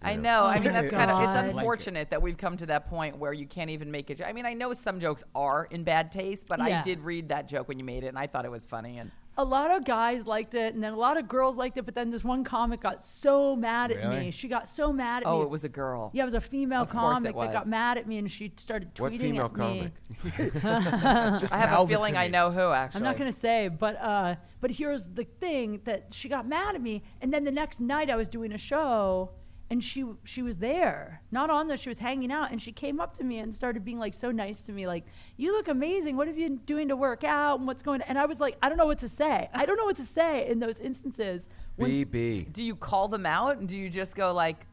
I
Yeah.
know. I mean,
my
that's kind of
God. Like
it's
it.
unfortunate that we've come to that point where you can't even make it. I mean, I know some jokes are in bad taste, but
Yeah.
I did read that joke when you made it, and I thought it was funny. And
a lot of guys liked it, and then a lot of girls liked it. But then this one comic got so mad at me.
Really?
She got so mad at me.
oh, it was a girl.
Yeah, it was a female
Of course
comic
it
that got
was.
mad at me, and she started tweeting
What female
at me.
comic?
Just
I have
mouth
a
it
feeling
to
I
me.
know who. Actually,
I'm not gonna say, but uh, but here's the thing that she got mad at me, and then the next night I was doing a show, and she she was there, not on the, she was hanging out, and she came up to me and started being like so nice to me, like you look amazing. What have you been doing to work out, and what's going? on? And I was like, I don't know what to say. I don't know what to say in those instances. when s-
BB.
do you call them out and do you just go like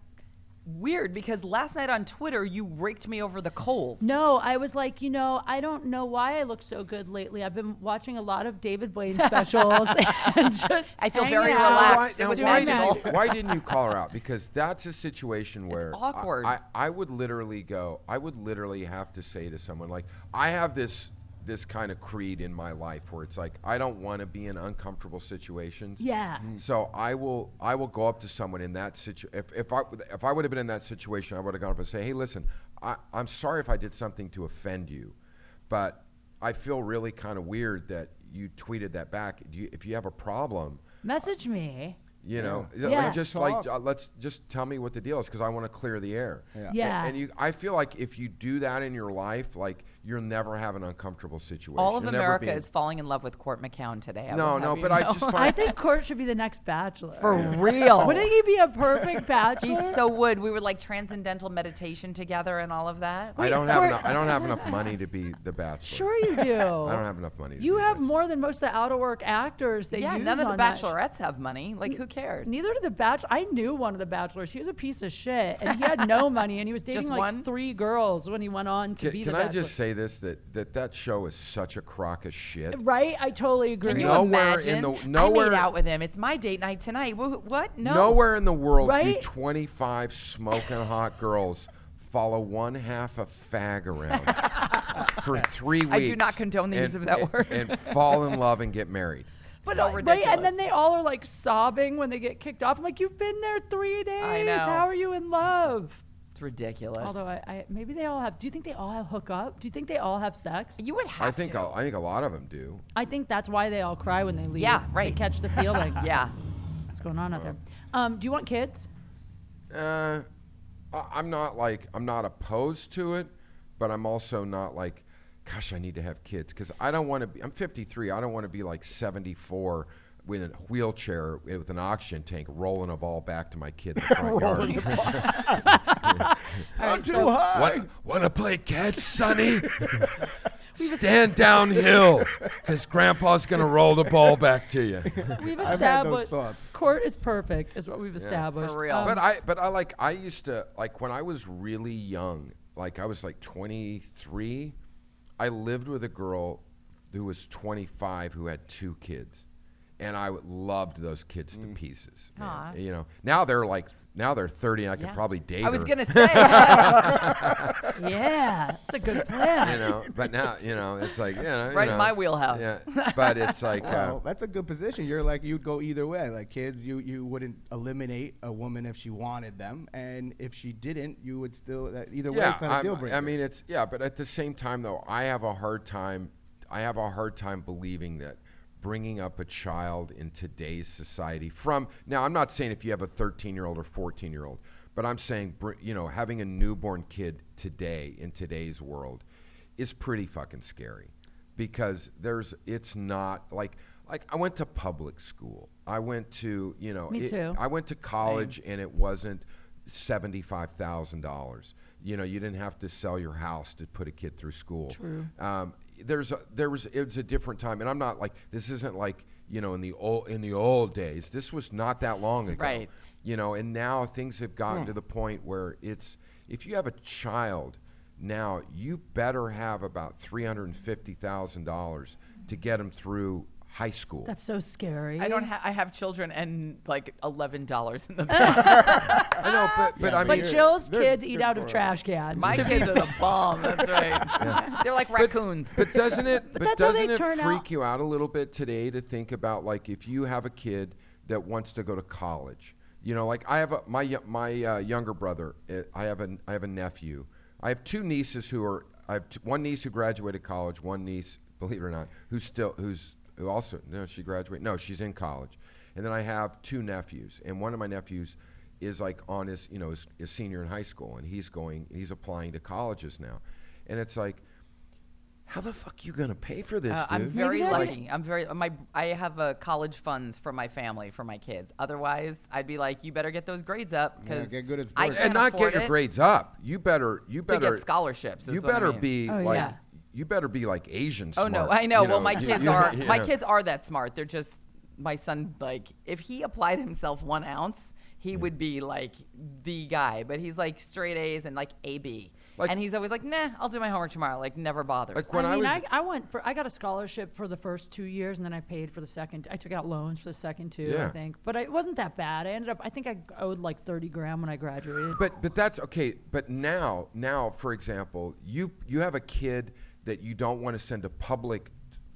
weird because last night on twitter you raked me over the coals
No, I was like, you know, I don't know why I look so good lately. I've been watching a lot of David Blaine specials and just
I feel
hanging
very
out.
relaxed.
Why,
It
now
was
why,
magical.
did you, why didn't you call her out? Because that's a situation where I-
awkward.
I, I would literally go. I would literally have to say to someone like, I have this this kind of creed in my life where it's like I don't want to be in uncomfortable situations.
Yeah.
Mm.
So I will I will go up to someone in that situation. If, if I if I would have been in that situation, I would have gone up and say, Hey, listen, I, I'm sorry if I did something to offend you, but I feel really kind of weird that you tweeted that back. Do you, if you have a problem,
Message me.
you know,
Yeah.
yeah.
Yeah.
just
Talk.
like uh, let's just tell me what the deal is because I want to clear the air.
Yeah.
And-
Yeah.
And, you, I feel like if you do that in your life, like you'll never have an uncomfortable situation.
all of
You'll never
america
be-
is falling in love with court mccown today I
No,
would
no,
have you
but I
know.
just find
I think Court should be the next bachelor.
for real
Wouldn't he be a perfect bachelor?
he so would we were like transcendental meditation together and all of that
I don't have
Cor-
enough, I don't have enough money to be the bachelor.
sure you do. I
I don't have enough money. To
You
be
have
Bachelor.
more than most of the outer work actors. They
yeah
use
none of the
on that sh-
bachelorettes have money like who cares
Neither did the bachelor. I knew one of the bachelors. He was a piece of shit, and he had no money, and he was dating
Just
like
one?
three girls when he went on to
Can,
be
can
the
I
bachelor.
just say this that, that that show is such a crock of shit.
Right? I totally agree.
can you
Nowhere in
imagine
the-
i
nowhere-
made out with him it's my date night tonight Wh- what no
Nowhere in the world
Right?
do 25 smoking hot girls follow one half a fag around for three weeks.
I do not condone the use
and-
of that
and-
word.
And fall in love and get married.
But,
so
uh,
ridiculous
Right, and then they all are like sobbing when they get kicked off. I'm like, you've been there three days.
know.
How are you in love?
it's ridiculous
Although I, I maybe they all have. Do you think they all have hook up? Do you think they all have sex?
you would
I
have
think
to.
a, I think a lot of them do.
I think that's why they all cry when they leave.
Yeah,
They
right.
catch the feeling.
yeah
What's going on out there? Um, do you want kids?
Uh, I- I'm not like I'm not opposed to it, but I'm also not like, gosh, I need to have kids because I don't want to be. I'm 53. I don't want to be like 74 with a wheelchair with an oxygen tank rolling a ball back to my kid in the front yard.
All right,
Too
so
high.
Want, to play catch, Sonny? Stand downhill, because Grandpa's gonna roll the ball back to you.
we've
I've had those
established
thoughts.
court is perfect, is what we've established.
real.
Um,
But I, but I like, I used to like when I was really young, like I was like 23. I lived with a girl who was 25 who had two kids, and I loved those kids to pieces. man.
Mm. Aw.
You know, now they're like now they're 30, and I could
Yeah.
probably date.
I was
her,
gonna say
yeah, that's a good plan.
you know, but now you know it's like you know, you
right in
know,
my wheelhouse.
Yeah, but it's like uh,
Well, that's a good position. You're like you'd go either way. Like kids, you you wouldn't eliminate a woman if she wanted them, and if she didn't, you would still that either way.
yeah.
it's not a
I'm-
deal
i
breaker.
mean, it's yeah, but at the same time though, I have a hard time. I have a hard time believing that bringing up a child in today's society from now. I'm not saying if you have a 13 year old or 14 year old, but I'm saying br- you know having a newborn kid today in today's world is pretty fucking scary because there's it's not like like I went to public school. I went to you know
Me
it-
too.
I went to college and it wasn't seventy-five thousand dollars. You know, you didn't have to sell your house to put a kid through school. True. Um, there's a, there was it was a different time, and I'm not like this isn't like you know in the old in the old days. This was not that long ago.
Right.
You know, and now things have gotten to the point where it's if you have a child now, you better have about three hundred and fifty thousand dollars to get them through high school.
That's so scary.
I don't. Ha- I have children and like eleven dollars in the bank.
I know, but but I
but
mean,
Jill's
they're-
kids eat
they're
out of
poor.
trash cans.
My
To be
kids are the bomb. That's right. They're like raccoons.
But doesn't it? But,
that's how they
doesn't it
turn
freak
out.
you out a little bit today to think about like if you have a kid that wants to go to college? You know, like I have a my yo- my uh, younger brother. uh, I have a I have a nephew. I have two nieces who are. I have t- one niece who graduated college. One niece, believe it or not, who's still who's who also no she graduated no she's in college, and then I have two nephews, and one of my nephews is like on his you know his, his senior in high school, and he's going he's applying to colleges now, and it's like how the fuck you gonna pay for this,
Uh,
dude?
I'm very
Maybe that's-
lucky. I'm very my I have a college funds for my family for my kids. Otherwise, I'd be like, you better get those grades up
Yeah,
because
get good at
I
sports.
can't
and not
afford
get your
it
grades up. You better. You
to
better
get scholarships. is
You
what I
better
mean.
be
Oh,
like.
yeah.
You better be like Asian.
Oh
smart,
no, I know.
you
well, my
you-
kids
you-
are
you
my
know.
kids are that smart. They're just my son. Like if he applied himself one ounce, he would be like the guy. But he's like straight A's and like AB,
Like-
and he's always like, nah, I'll do my homework tomorrow. Like never bothers.
Like when
I
I,
mean,
was,
I, I went for I got a scholarship for the first two years, and then I paid for the second. I took out loans for the second two, I
Yeah.
think. But I, it wasn't that bad. I ended up. I think I owed like thirty grand when I graduated.
but but that's okay. But now now for example, you you have a kid that you don't want to send to public.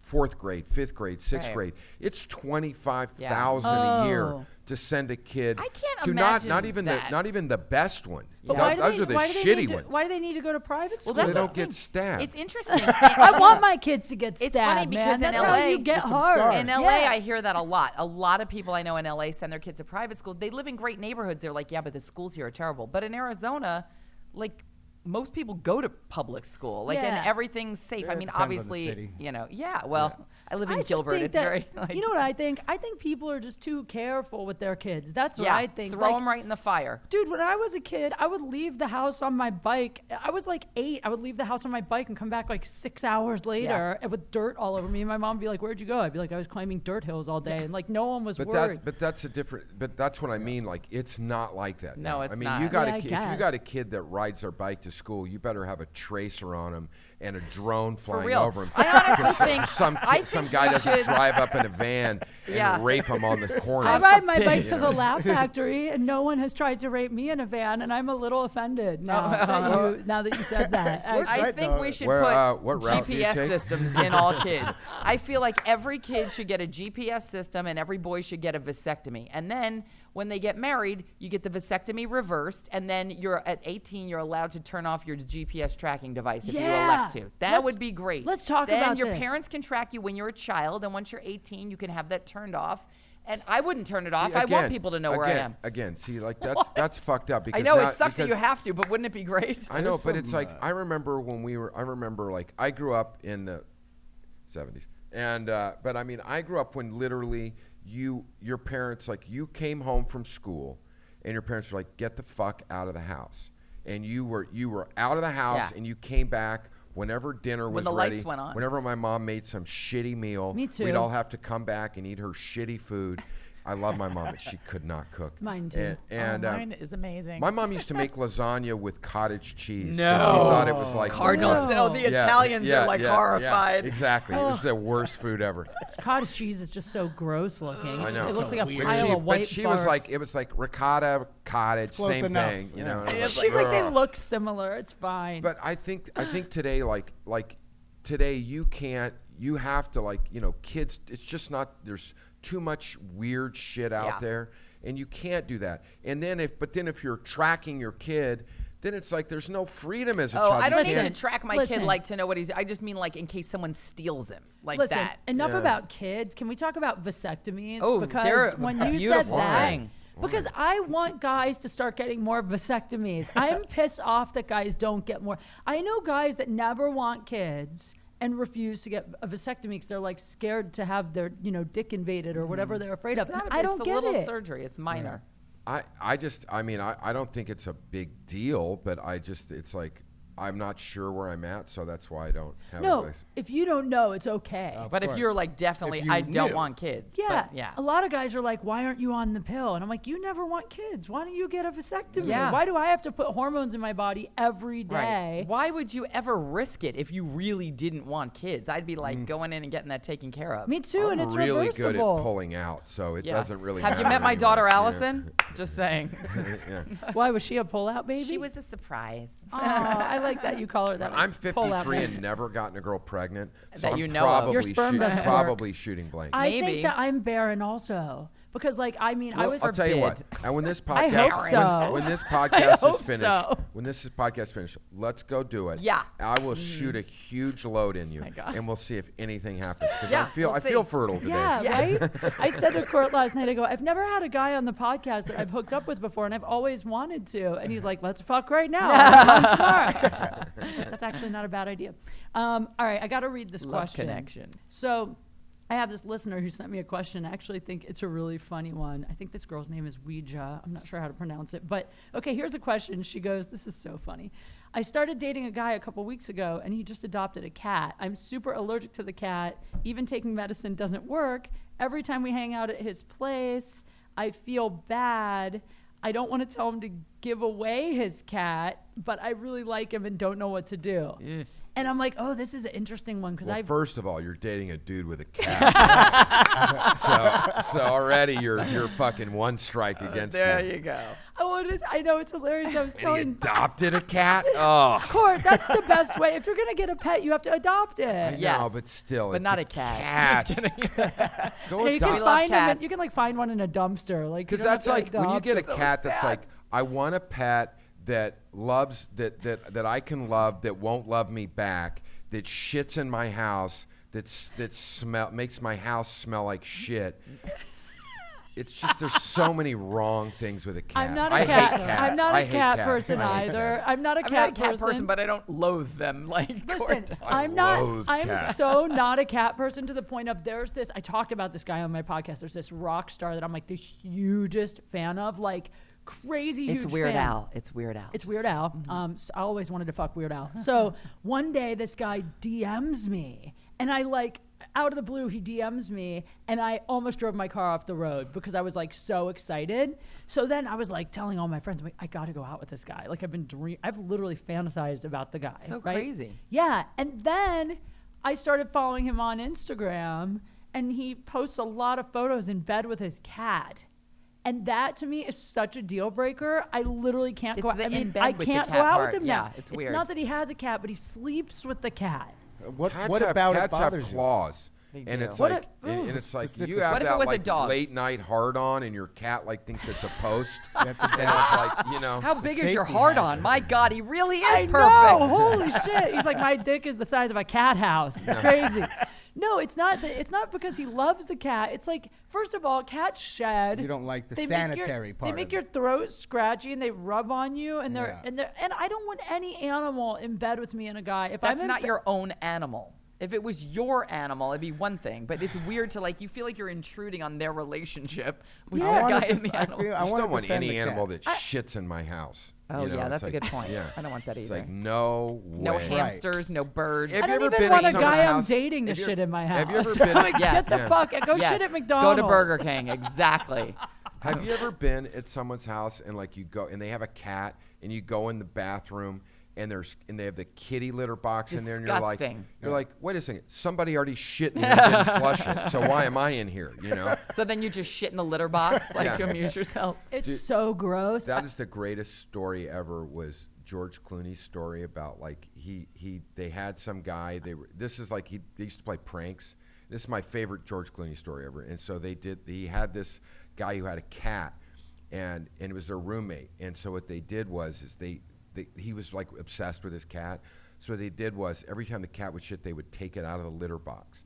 Fourth grade, fifth grade, sixth
Right.
grade. It's twenty five thousand a
Oh.
year to send a kid.
I can't
to not not
imagine
even
that.
the not even the best one.
But
Th-
why do
those
they,
are the
why do they
shitty
need to,
ones.
Why do they need to go to private school?
well, that's
they
the
don't get
thing.
stabbed.
It's interesting.
I want my kids to get stabbed.
It's funny because
man.
in
That's
LA,
how you get
some
hard.
scars.
In
Yeah.
LA, I hear that a lot. A lot of people I know in LA send their kids to private schools. They live in great neighborhoods. They're like, yeah, but the schools here are terrible. But in Arizona, like most people go to public school, like,
Yeah.
and everything's safe. I
Yeah, it
mean,
depends on the
obviously,
city.
you know, yeah. Well, I live
I
in
just
Gilbert.
think
It's
that-
very like,
you know what I think? I think people are just too careful with their kids. That's what
yeah,
I think.
Throw
Like,
them right in the fire.
Dude, when I was a kid, I would leave the house on my bike. I was like eight. I would leave the house on my bike and come back like six hours later and with dirt all over me. And my mom would be like, Where'd you go? I'd be like, I was climbing dirt hills all day. And like, no one was
But
worried.
that's but that's a different. But that's what I mean. Like it's not like that.
No,
now.
it's
I mean,
not.
you got
Yeah, I
a kid. If you got
guess.
a kid that rides their bike to school, you better have a tracer on him and a drone flying
real.
over him.
I honestly
Because
think-
some- some kid,
I think
some guy
we
doesn't
should-
drive up in a van and
Yeah.
rape him on the corner.
I ride my bike
forbid.
to the Laugh Factory, and no one has tried to rape me in a van, and I'm a little offended
Oh.
now, that, you, now that you said that. I-
I
Right,
think
though.
we should
Where,
put
uh, what route do you
GPS
take?
systems in all kids. I feel like every kid should get a GPS system and every boy should get a vasectomy. And then when they get married, you get the vasectomy reversed, and then you're at 18, you're allowed to turn off your GPS tracking device if you elect
Yeah.
to. That
Let's-
would be great.
let's talk
then
about
your
this.
parents can track you when you're a child, and once you're 18, you can have that turned off. And I wouldn't turn it
See,
off. I want
again-
people to know where I
again-
am.
Again, see, like that's that's fucked up. Because
I know
now-
it sucks that you
because-
have to, but wouldn't it be great?
I know,
There's
but it's
some,
like
uh,
I remember when we were. I remember like I grew up in the seventies, and uh, but I mean I grew up when literally you your parents like you came home from school, and your parents were like get the fuck out of the house, and you were you were out of the house
Yeah.
and you came back. Whenever dinner
When
was
the lights
ready,
went on.
whenever my mom made some shitty meal,
Me
we'd
too.
all have to come back and eat her shitty food, I love my mom, but she could not cook.
Mine too.
And, and,
oh,
um,
mine is amazing.
my mom used to make lasagna with cottage cheese. 'cause
No.
she thought it was like the
Cardinals.
worst-
Oh, the
Yeah,
Italians
yeah,
are like
yeah, yeah.
horrified.
exactly. It was the worst food ever.
Cottage cheese is just so gross looking. It
I
just-
know.
It looks like a
Weird.
But
pile
she,
of white
but she was
barf.
like, it was like ricotta, cottage,
close
same
enough,
thing. You
yeah.
know. and I was
She's like, they
"Ugh."
look similar. It's fine.
But I think I think today, like like today, you can't. You have to like you know, kids. It's just not. There's too much weird shit out
Yeah.
there, and you can't do that. And then if but then if you're tracking your kid, then it's like there's no freedom as a
Oh,
child.
I
You
don't need to
can't-
Listen,
track my
listen.
kid like to know what he's. I just mean like in case someone steals him, like
Listen,
that.
enough
Yeah.
about kids. Can we talk about vasectomies?
Oh,
because
they're a
when you said
beautiful
that,
thing.
because I want guys to start getting more vasectomies. I'm pissed off that guys don't get more. I know guys that never want kids and refuse to get a vasectomy because they're like scared to have their you know dick invaded or whatever they're afraid of.
Mm-hmm. It's not a-
I don't
it's
get
a little
it.
surgery. It's minor.
I, I just I mean I, I don't think it's a big deal, but I just it's like I'm not sure where I'm at, so that's why I don't have
no,
advice.
if you don't know, it's okay.
Of
But if you're
course.
like definitely,
you
I don't
knew.
want kids. but
Yeah,
yeah.
A lot of guys are like, "Why aren't you on the pill?" And I'm like, "You never want kids. Why don't you get a vasectomy?
Yeah.
Why do I have to put hormones in my body every day?"
Right. Why would you ever risk it if you really didn't want kids? I'd be like
Mm.
going in and getting that taken care of.
Me too, and
I'm
it's
really
reversible.
good at pulling out, so it
Yeah.
doesn't really.
Have you
matter
met my
anyway.
daughter
Yeah.
Allison? Just saying.
Yeah.
Why was she a pullout baby?
a surprise.
Aw, I like that you call her that.
I'm
pullout
53
baby.
and never gotten a girl pregnant. So
That
I'm
you know of.
probably
Your sperm
shoot-
doesn't work.
probably shooting blank.
I
Maybe.
think that I'm barren also because, like, I mean, I
Well,
was
I'll tell you what.
forbid.
And when this
I
podcast,
hope
when-
so.
when, this
I
podcast is
hope
finished,
so.
when this is podcast finished, let's go do it.
Yeah.
I will shoot a huge load in you,
Mm-hmm. My God.
and we'll see if anything happens. Because
Yeah,
I feel
we'll
I feel
see.
fertile today.
Yeah,
Yeah.
right? I said to Court last night, I go, I've never had a guy on the podcast that I've hooked up with before, and I've always wanted to. And he's like, let's fuck right now. Let's fuck tomorrow." That's actually not a bad idea. Um, all right, I got to read this
Love
question.
connection.
So I have this listener who sent me a question. I actually think it's a really funny one. I think this girl's name is Ouija. I'm not sure how to pronounce it. But okay, here's a question. She goes, This is so funny. I started dating a guy a couple weeks ago and he just adopted a cat. I'm super allergic to the cat. Even taking medicine doesn't work. Every time we hang out at his place, I feel bad. I don't want to tell him to give away his cat, but I really like him and don't know what to do. And I'm like, oh, this is an interesting one because
Well,
I've
first of all, you're dating a dude with a cat. so, so already you're you're fucking one strike
Uh,
against
There
me.
you go.
I wanted, I know it's hilarious. I was
And he
telling
adopted a cat. Oh.
Court, that's the best way. If you're gonna get a pet, you have to adopt it.
Yes.
No, but still,
But
it's
not a cat.
Just kidding. Go
And you can
adopt-
find them.
cats.
You can like find one in a dumpster, like you
Because
don't have
that's
to
like when you
adopt.
get a cat that's like, I want a pet that loves that that that I can love that won't love me back that shits in my house that's that smell makes my house smell like shit. It's just there's so many wrong things with a cat.
I'm not a
I hate
cat.
cats.
I'm not
I
a
hate
cat
cats.
person
I hate
either.
cats.
I'm not a
I'm
cat,
not a cat person, but I don't loathe them. Like
Listen,
Gordon.
I
I'm not.
loathe
I'm
cats.
so not a cat person to the point of there's this. I talked about this guy on my podcast. There's this rock star that I'm like the hugest fan of, like crazy
It's
huge
Weird
fan.
Al. It's Weird Al. Mm-hmm.
It's Weird Al. Um, so I always wanted to fuck Weird Al. So one day this guy DMs me, and I like out of the blue he DMs me, and I almost drove my car off the road because I was like so excited. So then I was like telling all my friends, I'm like, I got to go out with this guy. Like I've been dream, I've literally fantasized about the guy.
So
right?
crazy.
Yeah, and then I started following him on Instagram, and he posts a lot of photos in bed with his cat. And that to me is such a deal breaker. I literally can't go
It's
out.
the
I mean,
in bed
I
with the
can't go
cat
out
part.
with him
Yeah,
now.
it's weird.
not that he has a cat, but he sleeps with the cat.
What,
Cats
what
have-
about it
cats have
bothers you?
claws? And
do.
it's
What
like,
if-
and,
ooh.
and it's like you
Specifically.
have
What if it
that
was a
like
dog?
late night hard on, and your cat like thinks it's a post.
That's a
and it's like you know,
How big is your
safety
heart
hazard.
on? My God, he really is
I
perfect.
know. Holy shit! He's like, my dick is the size of a cat house. It's crazy. No, it's not. That, it's not because he loves the cat. It's like, first of all, cats shed.
You don't like the
They make your-
sanitary part.
They make
of
your
it.
throat scratchy and they rub on you and they're
Yeah.
and they're and I don't want any animal in bed with me and a guy. If
That's
I'm in
not
be-
your own animal. If it was your animal, it'd be one thing, but it's weird to like you feel like you're intruding on their relationship with
I
the
wanna
guy and
def-
the animal.
I, feel, I
just
wanna
don't want
defend
any
the cat.
animal that shits in my house.
Oh,
You know,
yeah,
it's
that's a
like-
good point.
Yeah,
I don't want that
It's
either.
like no way.
no hamsters, no birds.
Have
I
you
don't
ever
even
been
want
at
a
someone's
guy I'm
house?
dating to
Have you-
shit in my house.
have you ever been-
like,
Yes.
get the
Yeah.
fuck? Go
Yes.
shit at McDonald's.
Go to Burger King. Exactly.
Have you ever been at someone's house and like you go and they have a cat and you go in the bathroom and there's and they have the kitty litter box in there and you're like
Disgusting.
you're like wait a second somebody already shit in here and didn't flush it so why am I in here you know
so then you just shit in the litter box like
Yeah.
to amuse yourself.
It's so gross.
that is the greatest story ever was George Clooney's story about like he he they had some guy they were this is like he they used to play pranks this is my favorite George Clooney story ever and so they did he had this guy who had a cat and and it was their roommate and so what they did was is they, they he was like obsessed with his cat so what they did was every time the cat would shit they would take it out of the litter box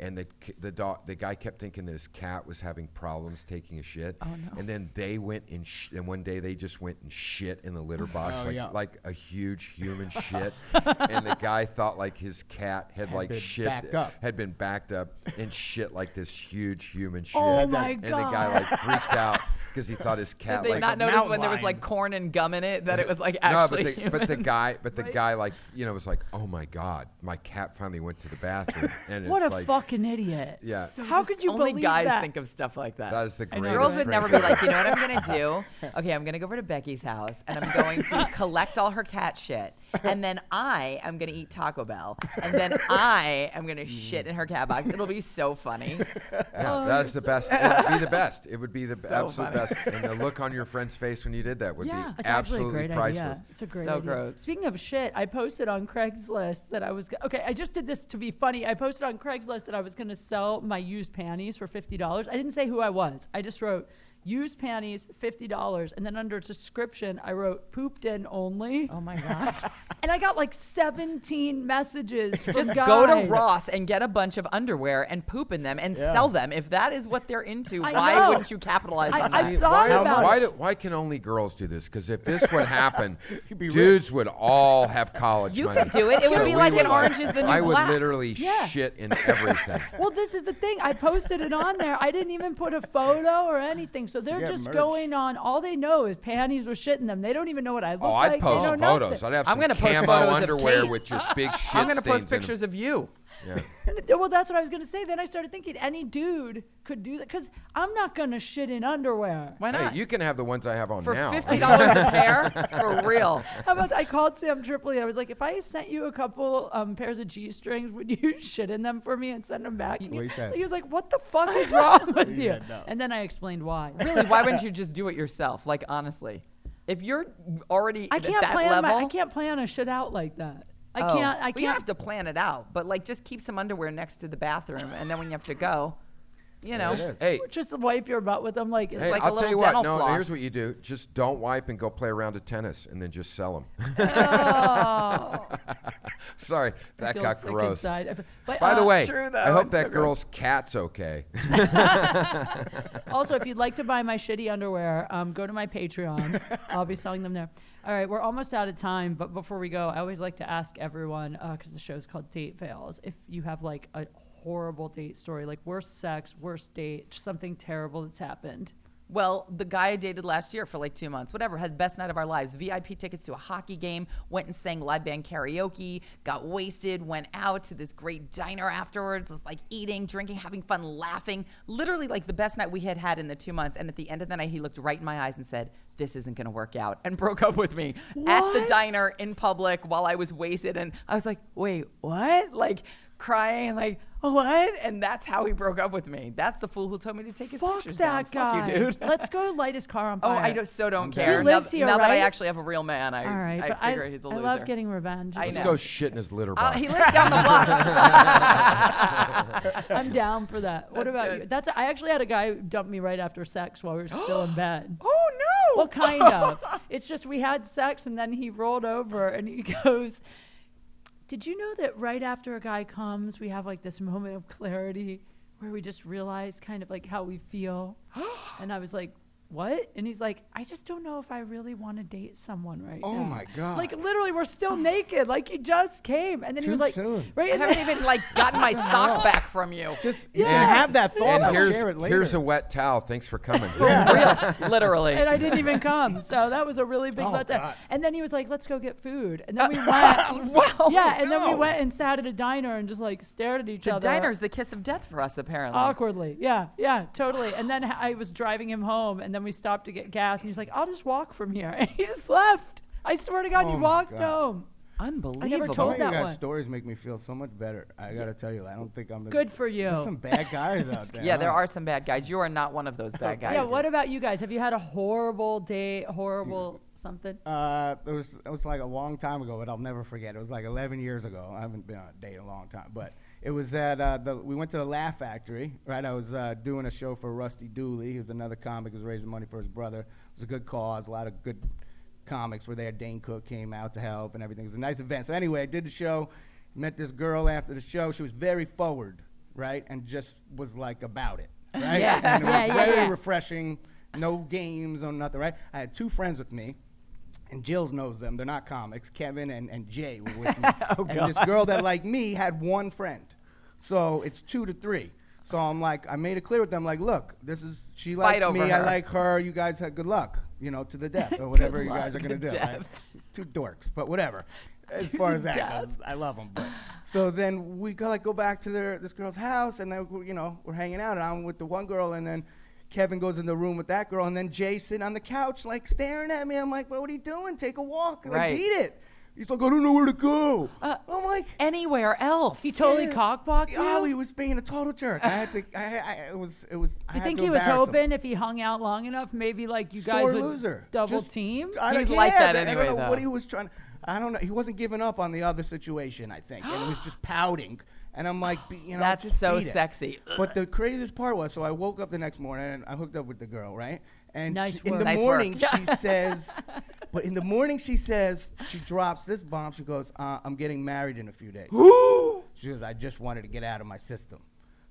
and the ki- the dog the guy kept thinking that his cat was having problems taking a shit. Oh no! And then they went and sh- and one day they just went and shit in the litter box
Oh,
like
yeah.
like a huge human shit. and the guy thought like his cat had, like
been
shit
backed up.
had been backed up and shit like this huge human shit.
Oh,
my
And the guy like freaked out because he thought his cat
Did they
like
not
a
notice when
mountain
there was
lion.
like corn and gum in it that it was like actually
no, but the, but the
human?
guy, but the guy, like you know, was like, "Oh my god, my cat finally went to the bathroom." And
what a
it's like,
fucking idiot.
Yeah.
So
How
just
could you
only
believe
guys
that?
think of stuff like that?
That is the
I know,
greatest.
Girls would
prank
never be
ever.
like, you know what I'm gonna do? Okay, I'm gonna go over to Becky's house and I'm going to collect all her cat shit, and then I am gonna eat Taco Bell, and then I am gonna
Mm.
shit in her cat box. It'll be so funny.
Yeah,
Oh,
that's
you're
the best. It would be the best. It would be the
So
absolute
funny.
best. And the look on your friend's face when you did that would
Yeah.
be
It's
absolutely
actually a great
priceless.
idea. It's a great
So
idea.
gross.
Speaking of shit, I posted on Craigslist that I was go- okay. I just did this to be funny. I posted on Craigslist that I was going to sell my used panties for fifty dollars. I didn't say who I was. I just wrote used panties fifty dollars, and then under description I wrote pooped in only.
Oh my gosh!
And I got like seventeen messages. From
Just
guys.
go to Ross and get a bunch of underwear and poop in them and
Yeah.
sell them. If that is what they're into,
I
why
know.
wouldn't you capitalize
I-
on
I
that?
See,
thought
why,
about
why,
it.
do- why can only girls do this? Because if this would happen,
be
dudes would all have college
You
money.
could do it. It would
So
be
we
like
would,
an Orange is the New
I would
Black.
literally
Yeah.
shit in everything.
Well, this is the thing. I posted it on there. I didn't even put a photo or anything. So they're
Yeah,
just
merch.
going on. All they know is panties with shit in them. They don't even know what I look
Oh,
like.
I'd
They
post
don't know
photos.
nothing.
I'd have
I'm
some
gonna post
camo
photos of
underwear
Kate.
with just big shit
I'm gonna
stains
post
in 'em.
pictures of you.
Yeah.
N- Well, that's what I was gonna say. Then I started thinking any dude could do that because I'm not gonna shit in underwear.
Why not?
Hey, you can have the ones I have on
for
now.
fifty dollars a pair, for real.
How about I called Sam Tripoli? I was like, if I sent you a couple um, pairs of g strings, would you shit in them for me and send them back? And
What
you-
he said.
He was like, what the fuck is wrong with you?
Yeah, no.
And then I explained why.
Really, why wouldn't you just do it yourself? Like honestly, if you're already
I
at
can't
that
plan.
level,
My, I can't plan a shit out like that. I
Oh.
can't. I
Well, you don't
can't.
have to plan it out, but like just keep some underwear next to the bathroom, and then when you have to go, you know,
It is.
Hey,
just wipe your butt with them. Like, it's
Hey,
like
like a
I'll tell
little
you what.
dental
No,
floss.
here's what you do: just don't wipe and go play a round of tennis, and then just sell them.
oh,
Sorry,
I
that
feel
got
sick
gross.
inside. I feel- But,
By the
uh,
way,
true,
I
though.
hope
It's
that
so gross.
girl's cat's okay.
also, if you'd like to buy my shitty underwear, um, go to my Patreon. I'll be selling them there. All right, we're almost out of time, but before we go, I always like to ask everyone because the show's called Date Fails. If you have like a horrible date story, like worst sex, worst date, something terrible that's happened.
Well, the guy I dated last year for like two months, whatever, had the best night of our lives. VIP tickets to a hockey game, went and sang live band karaoke, got wasted, went out to this great diner afterwards, was like eating, drinking, having fun, laughing. Literally, like the best night we had had in the two months. And at the end of the night, he looked right in my eyes and said, This isn't going to work out, and broke up with me at the
What?
diner in public while I was wasted. And I was like, Wait, what? Like crying, and like, what? And that's how he broke up with me. That's the fool who told me to take his
Fuck
pictures
that
down.
guy,
Fuck you, dude.
Let's go light his car on
Oh,
fire.
I just so don't care. now,
lives
th-
here,
now that I
right?
actually have a real man, I,
All right,
I
but I,
figure he's a
I
loser.
love getting revenge.
I
Let's
know.
go shit in his litter
Uh,
box.
he lives down the block.
I'm down for that. What
That's
about
good.
you? That's I actually had a guy dump me right after sex while we were still in bed.
oh no!
Well, kind of. It's just we had sex and then he rolled over and he goes, "Did you know that right after a guy comes, we have like this moment of clarity where we just realize kind of like how we feel?" And I was like, what? And he's like, I just don't know if I really want to date someone right
Oh
now.
my God.
Like literally, we're still naked. Like he just came, and then he
Too
was like,
soon.
right?
I
And then,
haven't even like gotten my sock back from you.
Just
Yeah.
and have that thought.
and
I'll
here's,
share it later.
here's a wet towel. Thanks for coming.
Oh
Literally.
and I didn't even come, so that was a really big
Oh,
letdown.
God.
And then he was like, "Let's go get food," and then we went.
Wow.
Yeah, and then we
Oh, no.
went and sat at a diner and just like stared at each
The
other.
diner's the kiss of death for us, apparently.
awkwardly. Yeah, yeah, totally. And then h- I was driving him home, and then we stopped to get gas, and he was like, "I'll just walk from here," and he just left. I swear to God,
Oh
he
my
walked
God.
home.
Unbelievable.
told
Some of
that
you guys'
one.
stories make me feel so much better. I gotta tell you, I don't think I'm as-
Good for you.
There's some bad guys out there.
Yeah, there
huh?
are some bad guys. You are not one of those bad guys.
Yeah, what about you guys? Have you had a horrible day, horrible something?
Uh, it was it was like a long time ago, but I'll never forget. It was like 11 years ago. I haven't been on a date in a long time, but it was at uh, the we went to the Laugh Factory, right? I was uh, doing a show for Rusty Dooley, who's another comic who's raising money for his brother. It was a good cause. A lot of good comics were there. Dane Cook came out to help and everything. It was a nice event. So anyway, I did the show. Met this girl after the show. She was very forward, right, and just was like about it, right?
Yeah.
And it was
Yeah, yeah,
very
yeah.
refreshing. No games, no nothing, right? I had two friends with me, and Jill's knows them. They're not comics. Kevin and, and Jay were with me.
Oh,
and this girl that, like me, had one friend. So it's two to three. So I'm like, I made it clear with them, like, look, this is, she
Fight
likes me,
over
I
her.
like her, you guys had good luck, you know, to the death, or whatever you guys are
luck
going
to
to do. right?
death.
Two dorks, but whatever. As far as that goes, I love them. But. So then we go, like, go back to their, this girl's house, and then, you know, we're hanging out, and I'm with the one girl, and then Kevin goes in the room with that girl, and then Jay sitting on the couch, like staring at me. I'm like, well, what are you doing? Take a walk. Like,
Right.
beat it. He's like, I don't know where to go. I'm like,
Anywhere else.
Uh, He totally cockblocked you.
oh, he was being a total jerk. I had to, I, I it was, it was, I
you
had
think
to
he was
embarrass him.
hoping if he hung out long enough, maybe like you guys
Sore
would
loser.
double
Just-
team?
I don't-
He's like that
I
anyway,
don't know
though.
what he was trying. I don't know. He wasn't giving up on the other situation. I think, and he was just pouting. And I'm like, be, you know,
That's
just
so
beat it.
sexy.
But the craziest part was, so I woke up the next morning and I hooked up with the girl, right? And
Nice
she- in the
work.
Nice work.
morning she says, but in the morning she says she drops this bomb. She goes, uh, "I'm getting married in a few days." She goes, "I just wanted to get out of my system."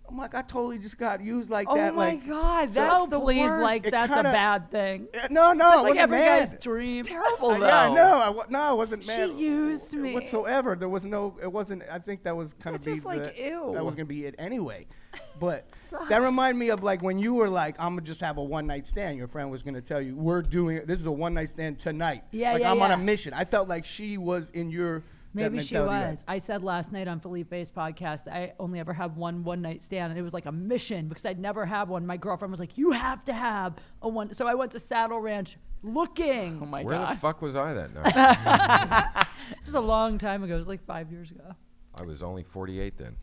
I'm like, I totally just got used like
Oh
that.
my
like,
God. That's
so
the
please,
worst.
like
It
that's
kinda-
a bad thing.
Uh, No, no, I
That's like
wasn't
every
mad.
guy's dream.
terrible though.
Yeah, no, I wa- no, I wasn't
She
mad.
used
w-
me.
whatsoever. There was no. It wasn't. I think that was kind
That's
of
just like, ew.
That was gonna be it anyway. But that reminded me of like when you were like, "I'm gonna just have a one night stand." Your friend was gonna tell you, "We're doing this is a one night stand tonight."
Yeah,
like
yeah,
I'm on
yeah.
a mission. I felt like she was in your. that
Maybe she
mentality, right?
was. I said last night on Felipe's podcast that I only ever had one one night stand, and it was like a mission because I'd never had one. My girlfriend was like, "You have to have a one." So I went to Saddle Ranch looking.
Oh my
Where the
god.
fuck was I that night?
This is a long time ago. It was like five years ago.
I was only 48 then.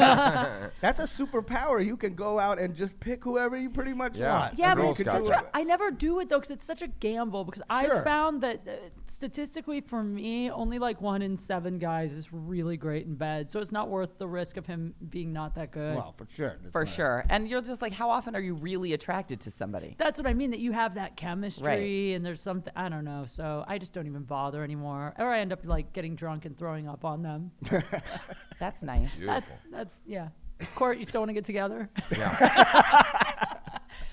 That's a superpower. You can go out and just pick whoever you pretty much
Yeah.
want.
Yeah,
A
but
Girl
it's such
Scout trip.
a, I never do it though because it's such a gamble. Because I
Sure.
found that uh, statistically for me, only like one in seven guys is really great in bed, so it's not worth the risk of him being not that good.
Well, for sure. That's
For
not-
sure. And you're just like, how often are you really attracted to somebody?
That's what I mean. That you have that chemistry, and there's something I don't know. So I just don't even bother anymore, or I end up like getting drunk and throwing up on them.
That's nice.
That-
Beautiful.
that's yeah. Court, you still want to get together?
Yeah.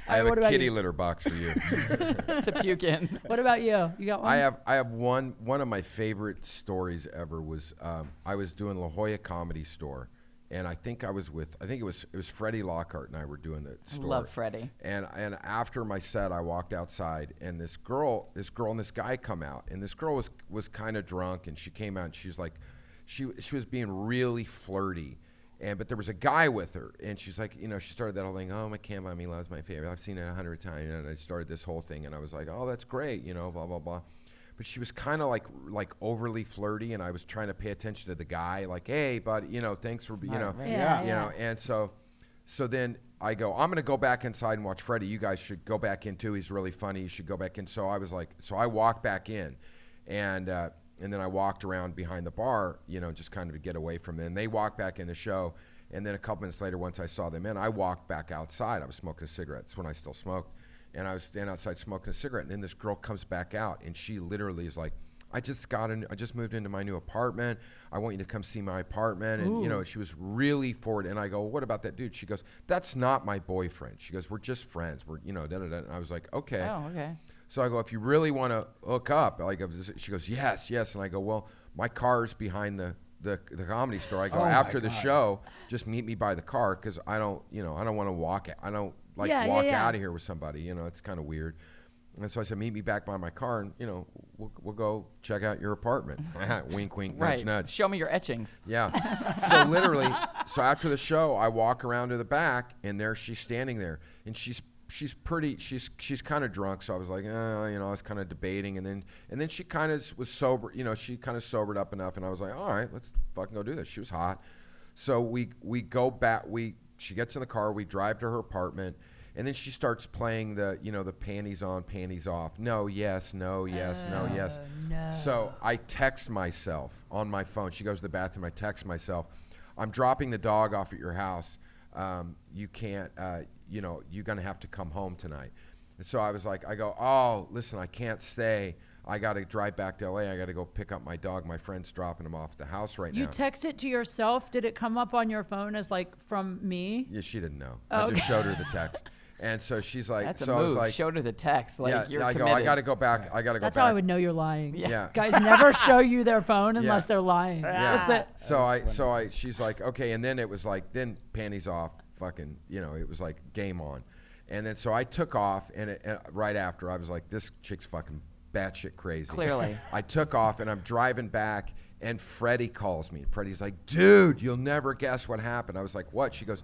I have
what
a
about
kitty
you?
litter box for you.
to puke in.
what about you? You got one?
I uh, have I have one one of my favorite stories ever was um, I was doing La Jolla Comedy Store, and I think I was with I think it was it was Freddie Lockhart and I were doing the store.
love Freddie.
And and after my set, I walked outside, and this girl this girl and this guy come out, and this girl was was kind of drunk, and she came out, and she's like, she she was being really flirty. And but there was a guy with her, and she's like, you know, she started that whole thing. Oh, my can't buy me love's my favorite. I've seen it a hundred times, and I started this whole thing, and I was like, oh, that's great, you know, blah blah blah. But she was kind of like like overly flirty, and I was trying to pay attention to the guy, like, hey, buddy, you know, thanks for be- you know,
Smart, right?
Yeah,
you
yeah.
know, and so, so then I go, I'm gonna go back inside and watch Freddie. You guys should go back in too. He's really funny. You should go back in. So I was like, so I walked back in, and uh, and then I walked around behind the bar, you know, just kind of to get away from them. They walked back in the show, and then a couple minutes later, once I saw them in, I walked back outside. I was smoking a cigarette. That's when I still smoked, and I was standing outside smoking a cigarette. And then this girl comes back out, and she literally is like. I just got in, I just moved into my new apartment. I want you to come see my apartment. And, you know, she was really forward. And I go, what about that dude? She goes, that's not my boyfriend. She goes, we're just friends. We're, you know, da da da. And I was like, okay.
Oh, okay.
So I go, if you really want to hook up, like, if this- she goes, yes, yes. And I go, well, my car's behind the, the, the comedy store. I go,
my
after the
God.
show, just meet me by the car because I don't, you know, I don't want to walk. I don't like
Yeah, yeah,
walk
yeah.
out of here with somebody. You know, it's kind of weird. And so I said, meet me back by my car, and you know, we'll, we'll go check out your apartment. wink, wink,
Right.
nudge, nudge.
Show me your etchings.
Yeah. so literally, so after the show, I walk around to the back, and there she's standing there, and she's she's pretty, she's she's kind of drunk. So I was like, uh, you know, I was kind of debating, and then and then she kind of was sober, you know, she kind of sobered up enough, and I was like, all right, let's fucking go do this. She was hot, so we we go back, we she gets in the car, we drive to her apartment. And then she starts playing the, you know, the panties on, panties off. No, yes, no, yes, no, yes.
no.
So I text myself on my phone. She goes to the bathroom. I text myself, I'm dropping the dog off at your house. Um, you can't, uh, you know, you're going to have to come home tonight. And so I was like, I go, oh, listen, I can't stay. I got to drive back to LA. I got to go pick up my dog. My friend's dropping him off at the house right
You
now.
text it to yourself. Did it come up on your phone as like from me?
yeah, she didn't know.
Oh,
I just showed her the text. And so she's like,
That's
so
a
I
move.
was like,
Show her the text. Like
yeah,
you're
I go,
committed.
I got to go back. I got to go
That's
back.
how I would know you're lying.
Yeah.
Guys never show you their phone unless
Yeah.
they're lying. That's it.
So I, so I, she's like, okay, and then it was like, then panties off, fucking, you know, it was like game on, and then so I took off, and, it, and right after I was like, this chick's fucking batshit crazy.
Clearly.
I took off, and I'm driving back, and Freddie calls me. Freddie's like, dude, you'll never guess what happened. I was like, what? She goes,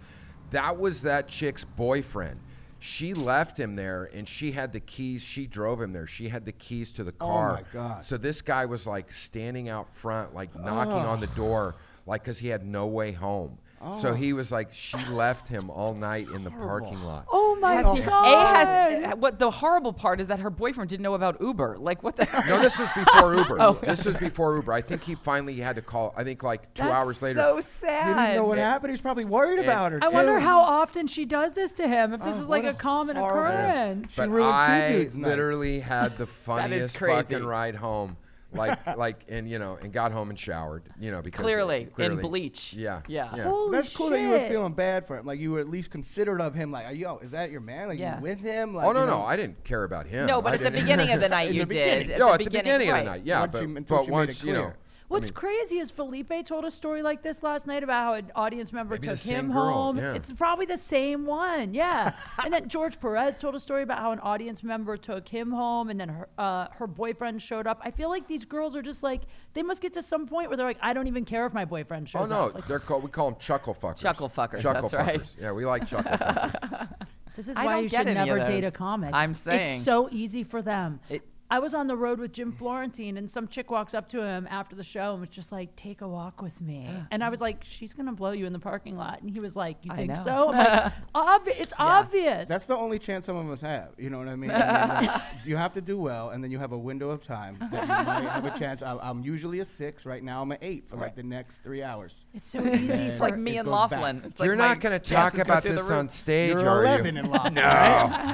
that was that chick's boyfriend. She left him there, and she had the keys. She drove him there. She had the keys to
Oh
the car.
my God.
So this guy was like standing out front, like knocking on the door, like because he had no way home. So
Oh.
he was like, she left him all night in the parking lot.
Oh my
Has he-
god.
A has eh, what the horrible part is that her boyfriend didn't know about Uber. Like what the
No, this was before Uber.
Oh.
This was before Uber. I think he finally had to call. I think like two
That's
hours later.
So
He didn't
sad.
know what happened. He's probably worried about her.
I wonder
too.
how often she does this to him. If this
Oh,
is like
what
a
a
common
horrible-
occurrence.
She
but
ruined two
I
dudes' nights.
literally had the funniest
crazy.
fucking ride home. Like, like, and you know, and got home and showered, you know, because
Clearly, in
clearly.
bleach.
Yeah,
Yeah.
yeah.
Holy
That's cool that you were
shit.
feeling bad for him. Like you were at least considerate of him. Like, yo, is that your man? Like
Yeah.
you with him? Like,
Oh no,
you
no,
know,
I didn't care about him.
No, but
I
at the
didn't-
beginning of the night
In
you
the
did.
beginning.
At
no,
the
at the
beginning,
beginning of
right.
the night, yeah.
Once
but
you- until
but
she made
once
it
you know,
clear.
What's crazy is Felipe told a story like this last night about how an audience member
Maybe the
took him
same girl,
home.
yeah.
It's probably the same one, yeah. and then George Perez told a story about how an audience member took him home, and then her uh, her boyfriend showed up. I feel like these girls are just like they must get to some point where they're like, I don't even care if my boyfriend shows
Oh no,
up. Like,
they're called. We call them chuckle fuckers.
Chuckle fuckers,
Chuckle
that's right.
fuckers. Yeah, we like chuckle fuckers.
This is
I
why
don't
you
get
should
any of
never date a
those.
comic.
I'm saying.
it's so easy for them.
It-
I was on the road with Jim Florentine, and some chick walks up to him after the show and was just like, "Take a walk with me." And I was like, "She's gonna blow you in the parking lot," and he was like, "You
I
think
know.
so?" I'm like, Obvi- "It's obvious."
That's the only chance some of us have. You know what I mean? And, like, you have to do well, and then you have a window of time that you might have a chance. I, I'm usually a six. Right now, I'm an eight for like the next three hours.
it's so easy.
It's
for,
It's like me
It
and
goes back.
Laughlin. It's like
You're
my
not going to talk
chances go
about
through the
this on
roof.
stage,
You're
are
11
you?
in life.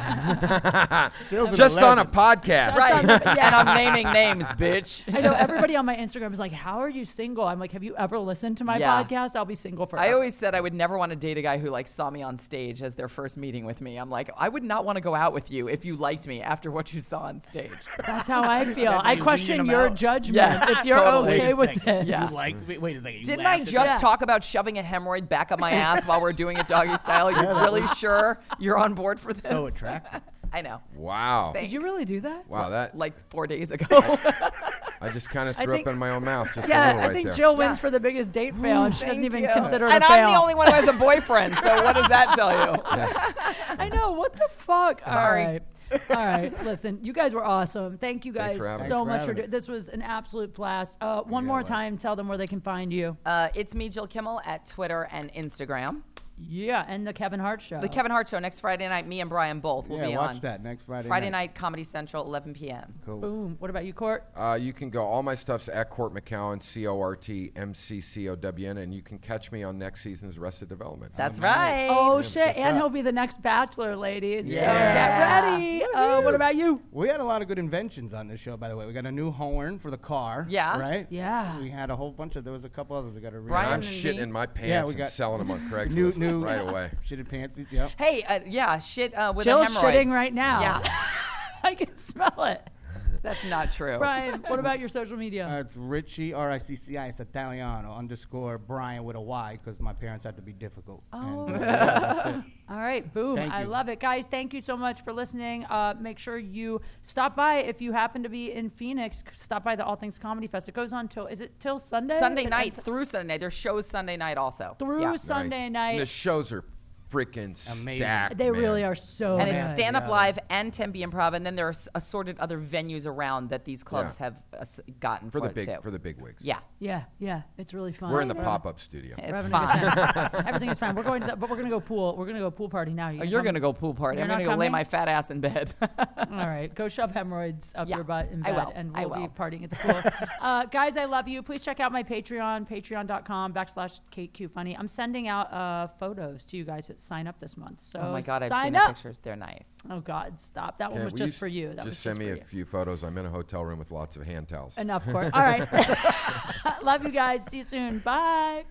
No.
Just on a podcast.
Right.
That's on the-
And I'm naming names, bitch.
I know everybody on my Instagram is like, "How are you single?" I'm like, "Have you ever listened to my
Yeah.
podcast? I'll be single forever."
I always said I would never want to date a guy who like saw me on stage as their first meeting with me. I'm like, I would not want to go out with you if you liked me after what you saw on stage.
That's how I feel.
That's how
I
you wean
question
them
your
out.
judgment
Yes,
if you're
totally.
okay
Wait a
with this.
Yeah.
You like? Wait, wait a second. You
Didn't I
laughed at
just
Yeah.
talk about shoving a hemorrhoid back up my ass while we're doing it doggy style? You're
that
really sure you're on board for
that?
this?
so attractive?
I know.
Wow.
Did you really do that?
Wow, that
Like four days ago.
I just kind of
I
threw
think-
up in my own mouth just a
Yeah,
little
I
right
think
there.
Jill wins for the biggest date fail, and Oh, she doesn't
Thank
even
you.
consider it
And
a fail.
I'm the only one who has a boyfriend, so what does that tell you?
I know. What the fuck?
Sorry.
All right. All right. Listen, you guys were awesome. Thank you guys
Thanks for having
so much
us. Thanks for
for
having
doing.
us.
This was an absolute blast. Uh, one
Yeah,
more
it was.
time, tell them where they can find you.
Uh, it's me, Jill Kimmel, at Twitter and Instagram.
Yeah, and the Kevin Hart show.
The Kevin Hart show next Friday night. Me and Brian both will
Uh, yeah,
be
watch
on.
that next Friday.
Friday night, Comedy Central, 11 p.m.
Cool.
Boom. What about you, Court?
Uh, you can go. All my stuff's at Court McCowan, C O R T M C C O W N, and you can catch me on next season's Arrested Development.
That's
nice.
right.
Oh
Yeah,
shit!
what's
And
up?
he'll be the next Bachelor, ladies. So
Yeah.
get ready. Uh, what about you?
We had a lot of good inventions on this show, by the way. We got a new horn for the car.
Yeah.
Right?
Yeah.
We had a whole bunch of, there was a couple others we got to read.
And
Brian
I'm
and
shitting
me.
in my pants
we
and
got-
selling them on Craigslist
New, new.
right away.
Shitted pants. Yep.
Hey, uh, yeah, shit uh, with a
Jill's
hemorrhoid.
shitting right now.
Yeah,
I can smell it.
that's not true.
Brian, what about your social media?
Uh, it's Richie, R I C C I. It's Italiano underscore Brian with a Y because my parents had to be difficult.
Oh.
And, uh, yeah, that's it.
All right, boom.
Thank
I
you.
love it. Guys, thank you so much for listening. Uh, make sure you stop by if you happen to be in Phoenix. c- Stop by the All Things Comedy Fest. It goes on till, is it till Sunday?
Sunday
It
night
ends
through Sunday night. There's shows Sunday night also.
Through
Yeah.
Sunday. Sunday
Nice.
night.
And the shows are freaking
Amazing.
stacked.
They
man.
really are so
and
good.
it's stand up
Yeah.
live and Tempe Improv, and then there are s- assorted other venues around that these clubs
Yeah.
have uh, s- gotten
for
for,
the
it,
big
too.
for the big wigs.
yeah,
Yeah, yeah. It's really fun.
we're in the
We're
pop up studio.
we're
it's
having a
fine.
good time. Everything is fine. We're going to, the, but we're going to go pool. We're going to go pool party now. You
Oh, you're
come?
gonna go pool party.
You're
I'm gonna
not
go lay
coming?
my fat ass in bed. Oh
All right, go shove hemorrhoids up
Yeah,
your butt in
I
bed,
will.
and
I
we'll be
will.
partying at the pool. uh, guys, I love you. Please check out my Patreon, patreon.com backslash kateqfunny. I'm sending out uh, photos to you guys that sign up this month. So
oh my god, I've
sign
seen the
up.
pictures. They're nice.
Oh God, stop! That one
Yeah,
was
will
just
s-
for you. That
just
was just
send me
for
a
you.
few photos. I'm in a hotel room with lots of hand towels.
Enough, Court. All right, love you guys. See you soon. Bye.